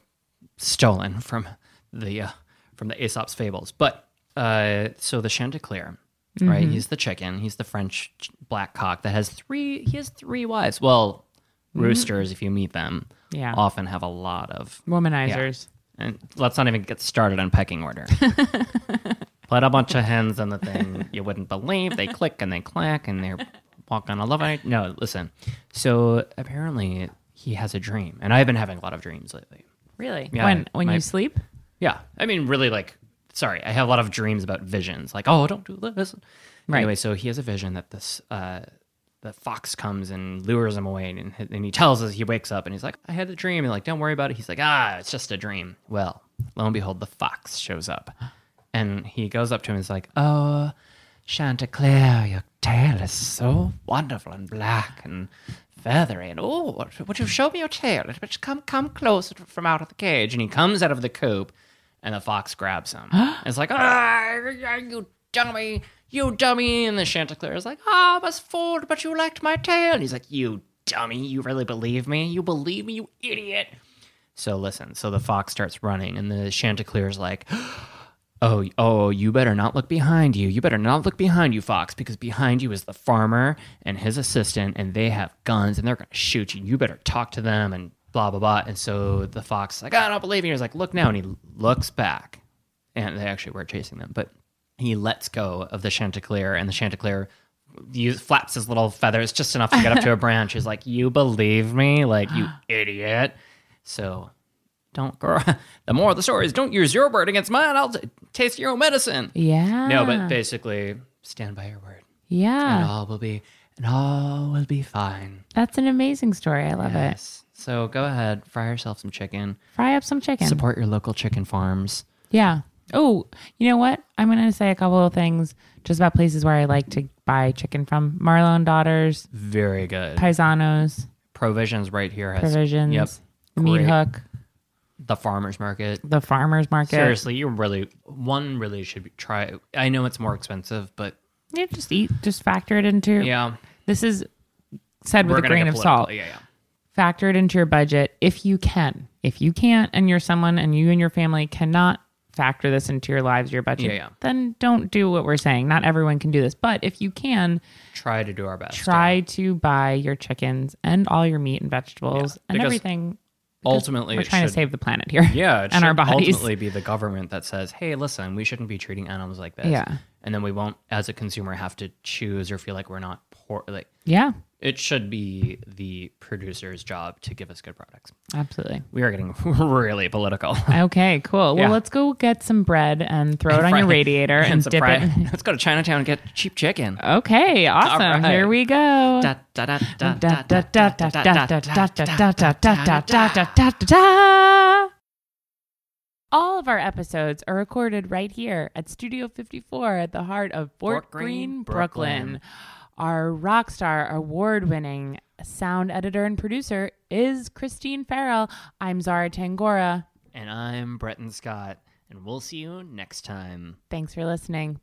stolen from the uh, from the Aesop's fables. But uh, so the Chanticleer, right? He's the chicken. He's the French ch- black cock that has three. He has three wives. Well, roosters, if you meet them,
Yeah.
often have a lot of
Womanizers.
and let's not even get started on pecking order. Put a bunch of hens on the thing you wouldn't believe. They click and they clack and they walk on a love. I- No, listen. So apparently he has a dream, and I've been having a lot of dreams lately.
Really?
Yeah,
when when
my-
you sleep?
yeah, I mean, really, like, sorry, I have a lot of dreams about visions. Like, oh, don't do this.
Right.
Anyway, so he has a vision that this uh, the fox comes and lures him away, and and he tells us he wakes up and he's like, I had a dream, and like, don't worry about it. He's like, ah, it's just a dream. Well, lo and behold, the fox shows up, and he goes up to him and is like, oh, Chanticleer, your tail is so wonderful and black and feathery and oh would you show me your tail Just come come close from out of the cage and he comes out of the coop and the fox grabs him it's like ah you dummy you dummy and the chanticleer is like ah i was fooled but you liked my tail and he's like you dummy you really believe me you believe me you idiot so listen so the fox starts running and the chanticleer's like Oh, oh, you better not look behind you. You better not look behind you, Fox, because behind you is the farmer and his assistant, and they have guns and they're going to shoot you. You better talk to them and blah, blah, blah. And so the Fox is like, I don't believe you. He's like, look now. And he looks back, and they actually were chasing them, but he lets go of the Chanticleer, and the Chanticleer use, flaps his little feathers just enough to get up to a branch. He's like, You believe me? Like, you idiot. So don't girl. The moral of the story is don't use your word against mine. I'll t- taste your own medicine.
Yeah.
No, but basically, stand by your word, and
yeah.
all will be, and all will be fine.
That's an amazing story. I love it.
Yes. So go ahead, fry yourself some chicken.
Fry up some chicken.
Support your local chicken farms.
Yeah. Oh, you know what? I'm going to say a couple of things just about places where I like to buy chicken from. Marlon Daughters,
Very good.
Paisanos,
Provisions right here. Has,
Provisions,
Yep.
the Meat
Great.
Hook,
The farmers market.
the Farmer's Market.
Seriously, you really one really should be- try. I know it's more expensive, but
Yeah, just eat, just factor it into your.
yeah,
This is said with a
gonna
grain
get
of
political.
salt.
Yeah, yeah.
Factor it into your budget if you can. If you can't and you're someone and you and your family cannot factor this into your lives, your budget,
Yeah, yeah.
then don't do what we're saying. Not everyone can do this. But if you can,
Try to do our best.
try to buy your chickens and all your meat and vegetables and
because
everything.
Ultimately,
We're
it
trying
should
to save the planet here.
Yeah, it
and our
should
bodies.
ultimately be the government that says, "Hey, listen, we shouldn't be treating animals like this."
Yeah.
and then we won't, as a consumer, have to choose or feel like we're not poor. Like
yeah,
it should be the producer's job to give us good products.
absolutely.
We are getting really political.
Okay, cool. Well,
Yeah.
let's go get some bread and throw it on
Fry-
your radiator and,
some
dip
fry-
it. Uh,
Let's go to Chinatown and get cheap chicken.
Okay, awesome.
right.
Here we go.
Da, da, da, da, da,
Da,
da,
da,
da, da,
da, da,
da, da,
da, da,
da,
da, da, da, da, da, da, da, da, da. All of our episodes are recorded right here at Studio 54 at the heart of Fort,
Fort Greene,
Greene, Brooklyn.
Brooklyn.
Our Rockstar award winning sound editor and producer is Christine Farrell. I'm Zara Tangora.
And I'm Breton Scott, and we'll see you next time.
Thanks for listening.